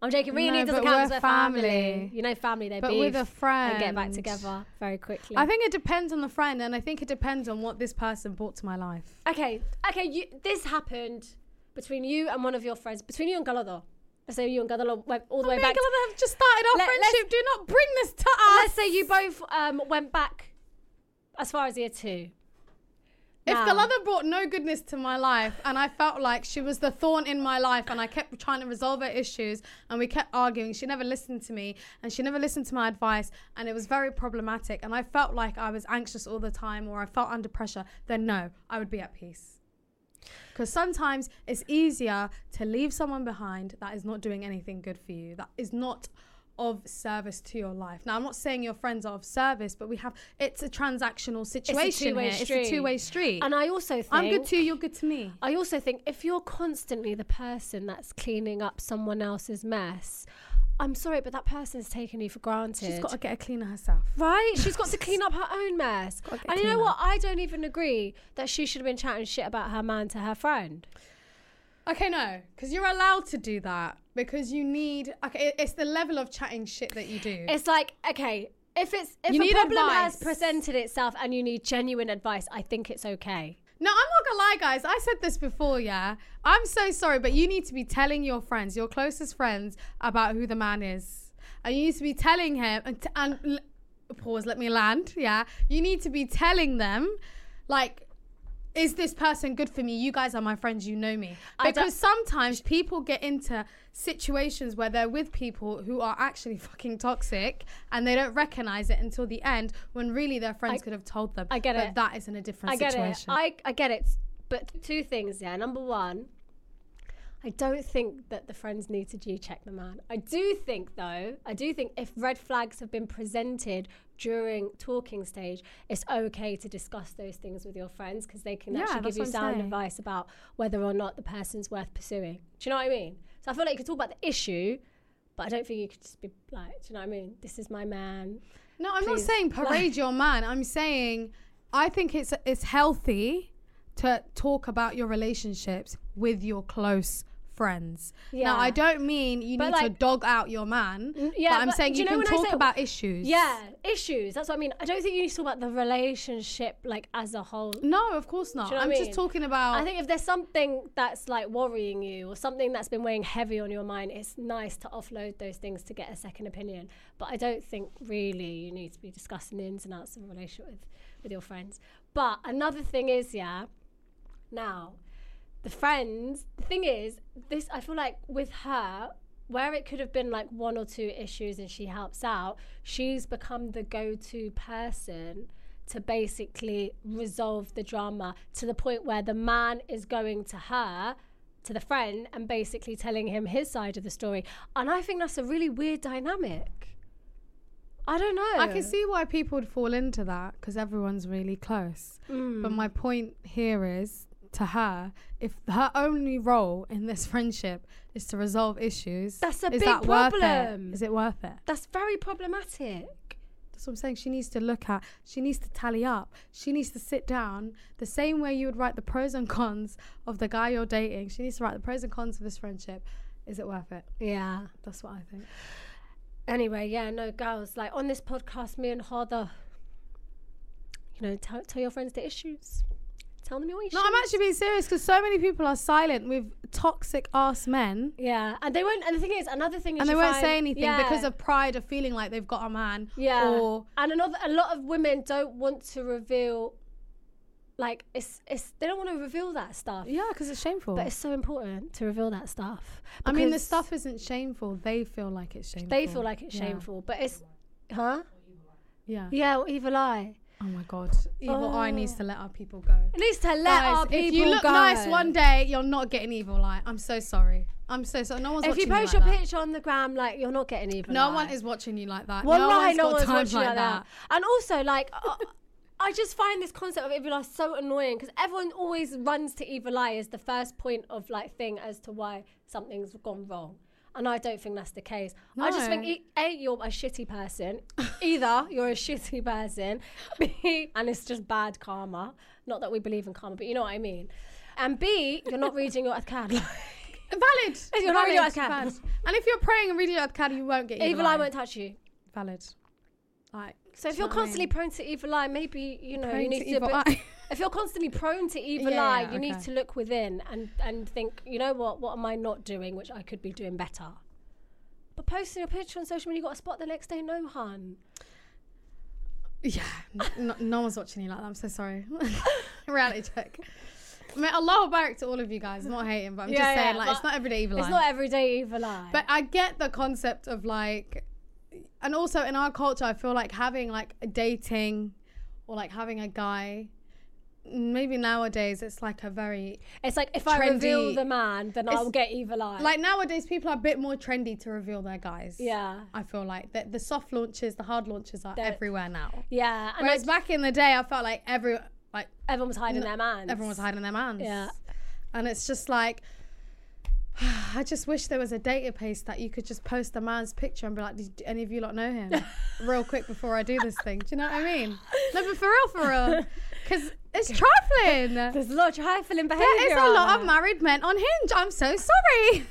Speaker 2: I'm joking. Really,
Speaker 3: No,
Speaker 2: it doesn't
Speaker 3: but
Speaker 2: count 'cause
Speaker 3: we're
Speaker 2: we're family.
Speaker 3: family.
Speaker 2: You know, family, they
Speaker 3: but
Speaker 2: beef
Speaker 3: with a friend,
Speaker 2: and get back together very quickly.
Speaker 3: I think it depends on the friend, and I think it depends on what this person brought to my life.
Speaker 2: okay, okay, you, this happened between you and one of your friends, between you and Galado. Let's say you and Galado went all the way
Speaker 3: Me
Speaker 2: back.
Speaker 3: and Galata have just started our
Speaker 2: Let- let's-
Speaker 3: friendship. Do not bring this to us.
Speaker 2: Let's say you both um, went back as far as year two.
Speaker 3: If
Speaker 2: Now-
Speaker 3: Galata brought no goodness to my life, and I felt like she was the thorn in my life, and I kept trying to resolve her issues, and we kept arguing, she never listened to me, and she never listened to my advice, and it was very problematic, and I felt like I was anxious all the time, or I felt under pressure, then no, I would be at peace. Because sometimes it's easier to leave someone behind that is not doing anything good for you, that is not of service to your life. Now, I'm not saying your friends are of service, but we have it's a transactional situation.
Speaker 2: two-way
Speaker 3: here.
Speaker 2: street.
Speaker 3: It's a two-way street.
Speaker 2: And I also think
Speaker 3: I'm good to you, you're good to me.
Speaker 2: I also think if you're constantly the person that's cleaning up someone else's mess, I'm sorry, but that person's taking you for granted.
Speaker 3: She's got to get a cleaner herself.
Speaker 2: Right? She's
Speaker 3: *laughs*
Speaker 2: got to clean up her own mess.
Speaker 3: Gotta get
Speaker 2: And you know
Speaker 3: cleaner.
Speaker 2: what? I don't even agree that she should have been chatting shit about her man to her friend.
Speaker 3: Okay, no, because you're allowed to do that because you need. Okay, it- it's the level of chatting shit that you do.
Speaker 2: It's like, okay, if it's if
Speaker 3: You
Speaker 2: a
Speaker 3: need
Speaker 2: problem has
Speaker 3: advice.
Speaker 2: presented itself and you need genuine advice, I think it's okay.
Speaker 3: no, I'm not gonna lie, guys. I said this before, yeah. I'm so sorry, but you need to be telling your friends, your closest friends, about who the man is, and you need to be telling him and, t- and l- pause. Let me land. Yeah, you need to be telling them, like. Is this person good for me? You guys are my friends. You know me.
Speaker 2: I don't-
Speaker 3: Because sometimes people get into situations where they're with people who are actually *laughs* fucking toxic and they don't recognize it until the end when really their friends
Speaker 2: I-
Speaker 3: could have told them.
Speaker 2: I get
Speaker 3: but
Speaker 2: it.
Speaker 3: that is in a different
Speaker 2: I get
Speaker 3: situation.
Speaker 2: it. I, I get it. But two things there. Number one, I don't think that the friends need to G check the man. I do think, though, I do think if red flags have been presented during talking stage, it's okay to discuss those things with your friends because they can
Speaker 3: Yeah,
Speaker 2: actually give
Speaker 3: that's
Speaker 2: you
Speaker 3: what I'm
Speaker 2: sound
Speaker 3: saying.
Speaker 2: advice about whether or not the person's worth pursuing. Do you know what I mean? So I feel like you could talk about the issue, but I don't think you could just be like, do you know what I mean? This is my man.
Speaker 3: No, I'm not
Speaker 2: Please.
Speaker 3: saying parade your man. I'm saying I think it's it's healthy to talk about your relationships with your close friends. Now, I
Speaker 2: Yeah.
Speaker 3: don't mean you
Speaker 2: But
Speaker 3: need to
Speaker 2: like-
Speaker 3: dog out your man.
Speaker 2: yeah,
Speaker 3: but I'm
Speaker 2: but
Speaker 3: saying
Speaker 2: do
Speaker 3: you,
Speaker 2: you know
Speaker 3: can
Speaker 2: when I
Speaker 3: talk
Speaker 2: say-
Speaker 3: about issues.
Speaker 2: Yeah, issues. That's what I mean. I don't think you need to talk about the relationship like as a whole.
Speaker 3: No, of course not.
Speaker 2: Do you know
Speaker 3: I'm
Speaker 2: what I
Speaker 3: just
Speaker 2: mean?
Speaker 3: talking about.
Speaker 2: I think if there's something that's like worrying you or something that's been weighing heavy on your mind, it's nice to offload those things to get a second opinion. But I don't think really you need to be discussing the ins and outs of a relationship with, with your friends. But another thing is, yeah, now the friends, the thing is, this I feel like with her, where it could have been like one or two issues and she helps out, she's become the go to person to basically resolve the drama to the point where the man is going to her, to the friend, and basically telling him his side of the story. And I think that's a really weird dynamic. I don't know.
Speaker 3: I can see why people would fall into that because everyone's really close. But
Speaker 2: Mm.
Speaker 3: my point here is to her, if her only role in this friendship is to resolve issues,
Speaker 2: That's a
Speaker 3: is
Speaker 2: big
Speaker 3: that Worth
Speaker 2: problem.
Speaker 3: it? Is it worth it?
Speaker 2: That's very problematic.
Speaker 3: That's what I'm saying. She needs to look at, she needs to tally up, she needs to sit down the same way you would write the pros and cons of the guy you're dating. She needs to write the pros and cons of this friendship. Is it worth it?
Speaker 2: Yeah.
Speaker 3: That's what I think.
Speaker 2: Anyway, yeah, no, girls, like on this podcast, me and Heather, you know, tell, tell your friends the issues. Tell them your issues.
Speaker 3: No, I'm actually being serious because so many people are silent with toxic ass men.
Speaker 2: Yeah, and they won't. And the thing is, another thing is,
Speaker 3: and they
Speaker 2: you
Speaker 3: won't
Speaker 2: find-
Speaker 3: say anything
Speaker 2: yeah,
Speaker 3: because of pride of feeling like they've got a man.
Speaker 2: yeah.
Speaker 3: Or
Speaker 2: and another, a lot of women don't want to reveal, like it's it's they don't want to reveal that stuff.
Speaker 3: yeah, because it's shameful.
Speaker 2: But it's so important to reveal that stuff.
Speaker 3: I mean, the
Speaker 2: because
Speaker 3: stuff isn't shameful. They feel like it's shameful.
Speaker 2: they feel like it's
Speaker 3: Yeah.
Speaker 2: shameful, but it's, huh?
Speaker 3: Yeah.
Speaker 2: Yeah, or evil eye.
Speaker 3: Oh my god, evil eye needs to let our people go.
Speaker 2: It needs to let
Speaker 3: Guys,
Speaker 2: our people
Speaker 3: if you look
Speaker 2: go.
Speaker 3: nice one day, you're not getting evil eye. I'm so sorry. I'm so sorry. No one's
Speaker 2: if you
Speaker 3: watching
Speaker 2: post
Speaker 3: like
Speaker 2: your
Speaker 3: that.
Speaker 2: picture on the gram, like you're not getting even.
Speaker 3: No
Speaker 2: like-
Speaker 3: one is watching you like that.
Speaker 2: One
Speaker 3: no
Speaker 2: lie,
Speaker 3: one's
Speaker 2: no
Speaker 3: got
Speaker 2: one's
Speaker 3: time
Speaker 2: watching
Speaker 3: like
Speaker 2: like
Speaker 3: that.
Speaker 2: that. And also, like, *laughs* uh, I just find this concept of evil eye so annoying because everyone always runs to evil eye as the first point of like thing as to why something's gone wrong. And I don't think that's the case. I just think
Speaker 3: No.
Speaker 2: e- a you're a shitty person. *laughs* Either you're a shitty person, *laughs* b and it's just bad karma. Not that we believe in karma, but you know what I mean. And b you're not reading
Speaker 3: *laughs*
Speaker 2: your card.
Speaker 3: Valid.
Speaker 2: you're not reading
Speaker 3: Valid,
Speaker 2: your Adhkar.
Speaker 3: valid. And if you're praying and reading your Adhkar, you won't get evil,
Speaker 2: evil eye won't touch you.
Speaker 3: Valid. Like,
Speaker 2: So if you're constantly prone to evil eye, maybe you know you need to.
Speaker 3: evil
Speaker 2: but-
Speaker 3: eye.
Speaker 2: *laughs*
Speaker 3: *laughs*
Speaker 2: If you're constantly prone to evil
Speaker 3: Yeah,
Speaker 2: eye, you
Speaker 3: yeah,
Speaker 2: need
Speaker 3: okay.
Speaker 2: to look within and, and think, you know what, what am I not doing which I could be doing better? But posting a picture on social media, you got a spot the next day, no hun.
Speaker 3: Yeah, no, no one's watching you like that. I'm so sorry. *laughs* Reality check. May Allah barak to all of you guys. I'm not hating, but I'm
Speaker 2: Yeah,
Speaker 3: just
Speaker 2: yeah,
Speaker 3: saying, like,
Speaker 2: but
Speaker 3: it's not everyday evil.
Speaker 2: It's
Speaker 3: eye.
Speaker 2: not everyday evil eye.
Speaker 3: But I get the concept of like, and also in our culture, I feel like having like a dating or like having a guy. Maybe nowadays it's like a very
Speaker 2: it's like if I
Speaker 3: trendy-
Speaker 2: reveal the man, then I'll
Speaker 3: It's-
Speaker 2: get evil eye.
Speaker 3: like nowadays people are a bit more trendy to reveal their guys.
Speaker 2: yeah,
Speaker 3: I feel like that the soft launches, the hard launches are
Speaker 2: They're-
Speaker 3: everywhere now.
Speaker 2: yeah. And
Speaker 3: Whereas
Speaker 2: like,
Speaker 3: back in the day, I felt like every like
Speaker 2: everyone was hiding
Speaker 3: No,
Speaker 2: their man.
Speaker 3: everyone was hiding their mans.
Speaker 2: Yeah.
Speaker 3: And it's just like, *sighs* I just wish there was a database that you could just post a man's picture and be like, did any of you lot know *laughs* him? real quick before I do this thing. Do you know what I *laughs* mean? No, but for real, for *laughs* real. Because it's trifling. There
Speaker 2: There's a lot of trifling behaviour.
Speaker 3: is a
Speaker 2: out
Speaker 3: lot
Speaker 2: there.
Speaker 3: of married men on Hinge. I'm so sorry. *laughs*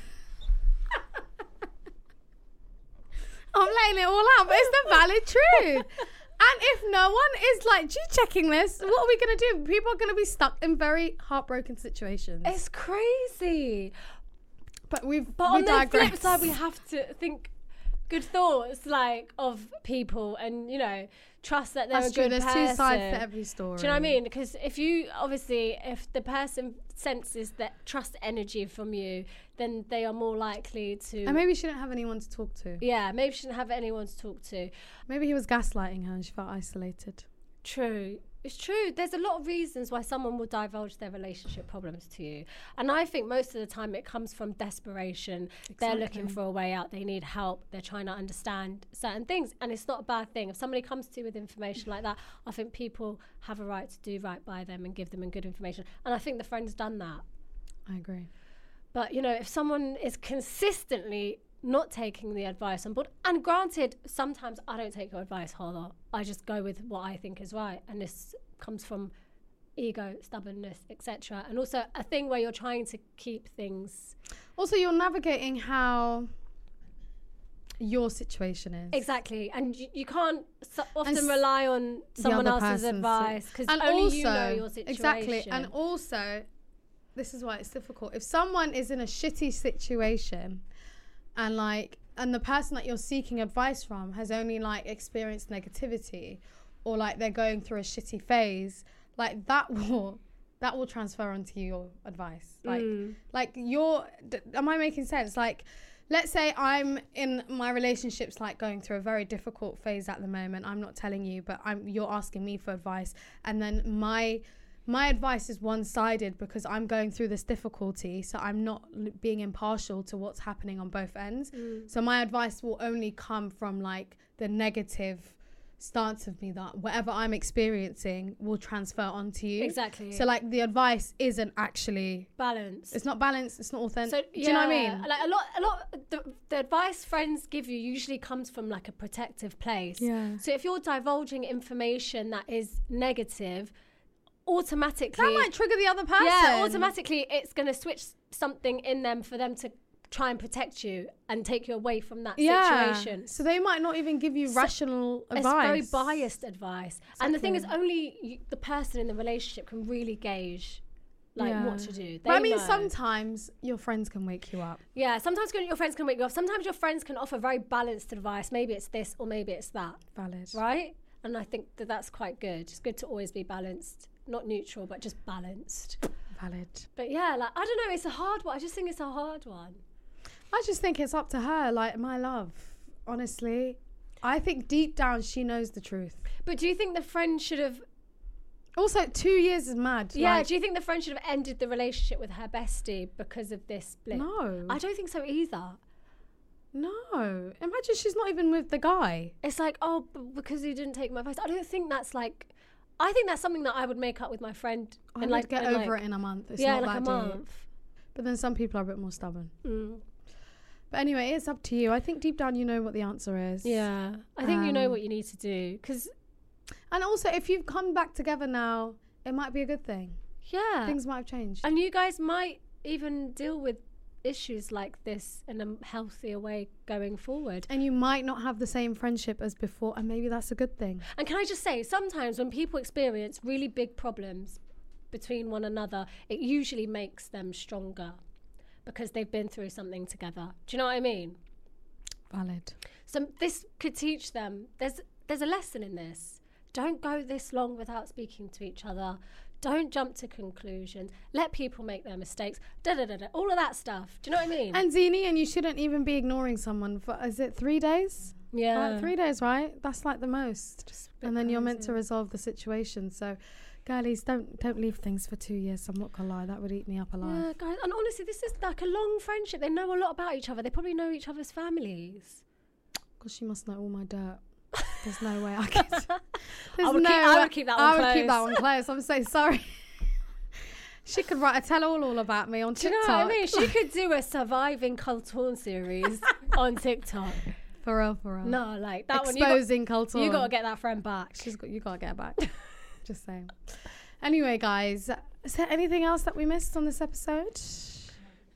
Speaker 3: I'm laying it all out, but it's the valid truth. And if no one is like G checking this, what are we gonna do? People are gonna be stuck in very heartbroken situations.
Speaker 2: It's crazy.
Speaker 3: But we've
Speaker 2: But
Speaker 3: we
Speaker 2: on
Speaker 3: digress.
Speaker 2: the flip side, we have to think good thoughts, like of people, and you know, trust that they're
Speaker 3: That's
Speaker 2: a
Speaker 3: true.
Speaker 2: good
Speaker 3: There's
Speaker 2: person.
Speaker 3: two sides to every story.
Speaker 2: Do you know what I mean? Because if you obviously, if the person senses that trust energy from you, then they are more likely to.
Speaker 3: And maybe she didn't have anyone to talk to.
Speaker 2: yeah, maybe she didn't have anyone to talk to.
Speaker 3: Maybe he was gaslighting her and she felt isolated.
Speaker 2: True. It's true. There's a lot of reasons why someone will divulge their relationship problems to you. And I think most of the time it comes from desperation. They're looking
Speaker 3: Exactly.
Speaker 2: for a way out. They need help. They're trying to understand certain things. And it's not a bad thing. If somebody comes to you with information like that, I think people have a right to do right by them and give them good information. And I think the friend's done that.
Speaker 3: I agree.
Speaker 2: But you know, if someone is consistently not taking the advice on board, and granted, sometimes I don't take your advice, Hala. I just go with what I think is right, and this comes from ego, stubbornness, etc. And also a thing where you're trying to keep things
Speaker 3: Also, you're navigating how your situation is.
Speaker 2: exactly, and you, you can't so often
Speaker 3: s-
Speaker 2: rely on
Speaker 3: The
Speaker 2: someone
Speaker 3: other
Speaker 2: else's
Speaker 3: person's-
Speaker 2: advice because
Speaker 3: And
Speaker 2: only you know your situation.
Speaker 3: Exactly. And also, this is why it's difficult. If someone is in a shitty situation and like, and the person that you're seeking advice from has only like experienced negativity or like they're going through a shitty phase, like that *laughs* will. That will transfer onto your advice. Like,
Speaker 2: Mm.
Speaker 3: like your, d- am I making sense? Like, let's say I'm in my relationships like going through a very difficult phase at the moment. I'm not telling you, but I'm you're asking me for advice and then my my advice is one-sided because I'm going through this difficulty, so I'm not l- being impartial to what's happening on both ends. So my advice will only come from like the negative stance of me that whatever I'm experiencing will transfer onto you.
Speaker 2: Exactly.
Speaker 3: So like the advice isn't actually
Speaker 2: balance.
Speaker 3: it's not balanced, it's not authentic.
Speaker 2: So
Speaker 3: Do you know what I
Speaker 2: yeah,
Speaker 3: mean?
Speaker 2: Like a lot, a lot. The, the advice friends give you usually comes from like a protective place.
Speaker 3: Yeah.
Speaker 2: So if you're divulging information that is negative, automatically,
Speaker 3: That might trigger the other person.
Speaker 2: yeah, automatically, it's going to switch something in them for them to try and protect you and take you away from that situation.
Speaker 3: So they might not even give you rational
Speaker 2: It's
Speaker 3: advice.
Speaker 2: very biased advice. And the thing is,
Speaker 3: Exactly.
Speaker 2: only you, the person in the relationship can really gauge. Like what
Speaker 3: Yeah.
Speaker 2: to do.
Speaker 3: But I
Speaker 2: They
Speaker 3: mean,
Speaker 2: know.
Speaker 3: sometimes your friends can wake you up.
Speaker 2: Yeah, sometimes your friends can wake you up. Sometimes your friends can offer very balanced advice. Maybe it's this or maybe it's that,
Speaker 3: Valid.
Speaker 2: right? And I think that that's quite good. It's good to always be balanced, not neutral, but just balanced.
Speaker 3: Valid.
Speaker 2: But yeah, like I don't know, it's a hard one. I just think it's a hard one.
Speaker 3: I just think it's up to her, like my love. Honestly, I think deep down she knows the truth.
Speaker 2: But do you think the friend should have?
Speaker 3: Also, two years is mad.
Speaker 2: Yeah.
Speaker 3: like-
Speaker 2: do you think the friend should have ended the relationship with her bestie because of this split?
Speaker 3: no.
Speaker 2: I don't think so either.
Speaker 3: no. Imagine she's not even with the guy.
Speaker 2: It's like, oh, b- because you didn't take my advice. I don't think that's like. I think that's something that I would make up with my friend
Speaker 3: I
Speaker 2: and
Speaker 3: would
Speaker 2: like
Speaker 3: Oh, get
Speaker 2: and,
Speaker 3: over
Speaker 2: like-
Speaker 3: it in a month. It's
Speaker 2: yeah,
Speaker 3: not
Speaker 2: like a
Speaker 3: that deep.
Speaker 2: month.
Speaker 3: But then some people are a bit more stubborn.
Speaker 2: Mm.
Speaker 3: But anyway, it's up to you. I think deep down you know what the answer is.
Speaker 2: Yeah, I think you know
Speaker 3: Um,
Speaker 2: what you need to do because
Speaker 3: And also, if you've come back together now, it might be a good thing.
Speaker 2: yeah,
Speaker 3: Things might have changed.
Speaker 2: and you guys might even deal with issues like this in a healthier way going forward.
Speaker 3: and you might not have the same friendship as before, and maybe that's a good thing.
Speaker 2: And can I just say, sometimes when people experience really big problems between one another, it usually makes them stronger because they've been through something together. Do you know what I mean?
Speaker 3: Valid.
Speaker 2: So this could teach them. There's there's a lesson in this. Don't go this long without speaking to each other. Don't jump to conclusions. Let people make their mistakes. Da da da da. All of that stuff. Do you know what I mean?
Speaker 3: And Zini, and you shouldn't even be ignoring someone for, is it three days?
Speaker 2: yeah.
Speaker 3: Like, three days, right? That's like the most.
Speaker 2: bit
Speaker 3: And then you're meant to
Speaker 2: crazy.
Speaker 3: resolve the situation. So, girlies, don't don't leave things for two years. I'm not gonna lie, that would eat me up alive.
Speaker 2: Yeah, guys. And honestly, this is like a long friendship. They know a lot about each other. They probably know each other's families.
Speaker 3: Because she must know all my dirt. There's no
Speaker 2: *laughs*
Speaker 3: way I could. *laughs* There's
Speaker 2: I would keep-
Speaker 3: no
Speaker 2: I
Speaker 3: way-
Speaker 2: would keep that
Speaker 3: I
Speaker 2: one
Speaker 3: would keep that
Speaker 2: close.
Speaker 3: one close. I'm so sorry. *laughs* she could write a tell all all about me on
Speaker 2: Do you
Speaker 3: TikTok.
Speaker 2: know what I mean? She could do a surviving Cultorn
Speaker 3: *laughs*
Speaker 2: series on TikTok.
Speaker 3: for real, for real.
Speaker 2: No, like that one.
Speaker 3: exposing culture.
Speaker 2: You got, you got to get that friend back.
Speaker 3: She's got. You gotta get her back. *laughs* Just saying. Anyway, guys, is there anything else that we missed on this episode?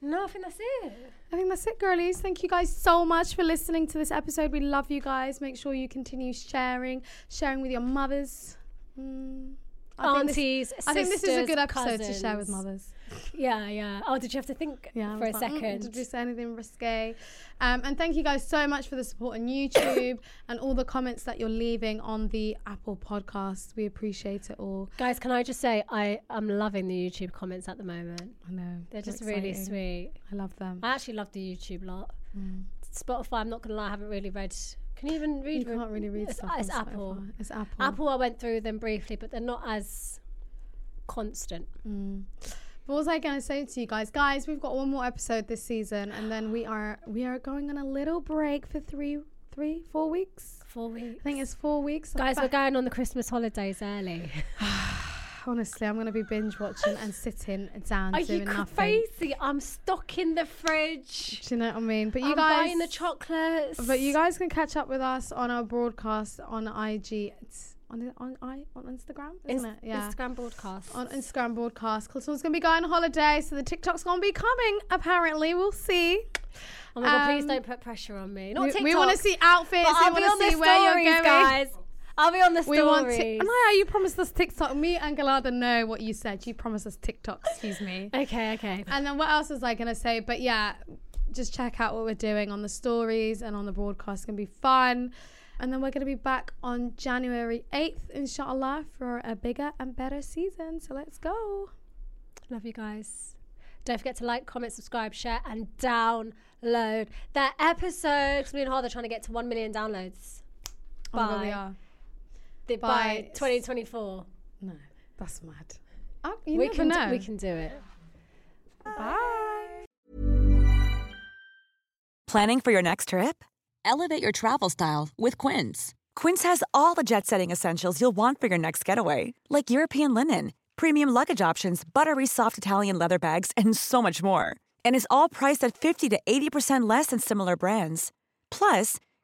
Speaker 2: No, I think that's it.
Speaker 3: I think that's it, girlies. Thank you guys so much for listening to this episode. We love you guys. Make sure you continue sharing, sharing with your mothers. Mm. I think this-
Speaker 2: Aunties,
Speaker 3: I think this is a
Speaker 2: sisters,
Speaker 3: good episode to share
Speaker 2: cousins.
Speaker 3: with mothers.
Speaker 2: Yeah, yeah. Oh, did you have to think
Speaker 3: Yeah, I
Speaker 2: for a
Speaker 3: was like, mm,
Speaker 2: second?
Speaker 3: Did you say anything risque? Um, and thank you guys so much for the support on YouTube
Speaker 2: *coughs*
Speaker 3: and all the comments that you're leaving on the Apple podcast. We appreciate it all.
Speaker 2: Guys, can I just say I am loving the YouTube comments at the moment.
Speaker 3: I know.
Speaker 2: They're just really
Speaker 3: exciting.
Speaker 2: sweet.
Speaker 3: I love them.
Speaker 2: I actually love the YouTube lot.
Speaker 3: Mm.
Speaker 2: Spotify, I'm not gonna lie, I haven't really read. Can you even read?
Speaker 3: You can't really read
Speaker 2: it's,
Speaker 3: stuff.
Speaker 2: It's
Speaker 3: on
Speaker 2: Apple.
Speaker 3: Spotify. It's Apple.
Speaker 2: Apple, I went through them briefly, but they're not as constant.
Speaker 3: Mm. But what was I going to say to you guys? Guys, we've got one more episode this season, and then we are we are going on a little break for three, three, four weeks.
Speaker 2: Four weeks.
Speaker 3: I think it's four weeks.
Speaker 2: Guys, we're
Speaker 3: Back-
Speaker 2: going on the Christmas holidays early.
Speaker 3: honestly, I'm going to be binge watching and sitting
Speaker 2: *laughs*
Speaker 3: down
Speaker 2: Are
Speaker 3: doing
Speaker 2: you
Speaker 3: nothing.
Speaker 2: crazy? I'm stocking the fridge.
Speaker 3: Do you know what I mean? But you
Speaker 2: I'm
Speaker 3: guys,
Speaker 2: buying the chocolates.
Speaker 3: but you guys can catch up with us on our broadcast on IG. It's on on I on Instagram, isn't
Speaker 2: Inst-
Speaker 3: it? Yeah.
Speaker 2: Instagram broadcast.
Speaker 3: on Instagram broadcast. Colton's going to be going on holiday, so the TikTok's going to be coming, apparently. We'll see.
Speaker 2: oh my god, please
Speaker 3: um,
Speaker 2: don't put pressure on me. Not
Speaker 3: We,
Speaker 2: TikTok.
Speaker 3: we want to see outfits.
Speaker 2: But I'll
Speaker 3: we
Speaker 2: be
Speaker 3: want
Speaker 2: on
Speaker 3: to
Speaker 2: the
Speaker 3: see
Speaker 2: stories,
Speaker 3: where you're going.
Speaker 2: guys. I'll be on the
Speaker 3: We
Speaker 2: stories.
Speaker 3: want to. Anaya, you promised us TikTok. Me and Galada know what you said. You promised us TikTok,
Speaker 2: *laughs*
Speaker 3: excuse me.
Speaker 2: okay, okay.
Speaker 3: and then what else was I going to say? But yeah, just check out what we're doing on the stories and on the broadcast. It's going to be fun. And then we're going to be back on January 8th, inshallah, for a bigger and better season. So let's go.
Speaker 2: Love you guys. Don't forget to like, comment, subscribe, share, and download that episode. 'Cause Me and Hard are trying to get to 1 million downloads
Speaker 3: Oh my God, we
Speaker 2: Bye.
Speaker 3: are.
Speaker 2: the- by,
Speaker 3: By-
Speaker 2: 2024.
Speaker 3: No, that's mad. Oh, you
Speaker 2: we
Speaker 3: never
Speaker 2: can
Speaker 3: know.
Speaker 2: Do, we can do it.
Speaker 3: Bye.
Speaker 5: Planning for your next trip? Elevate your travel style with Quince. Quince has all the jet setting essentials you'll want for your next getaway, like European linen, premium luggage options, buttery soft Italian leather bags, and so much more. And is all priced at 50 to 80% less than similar brands. Plus,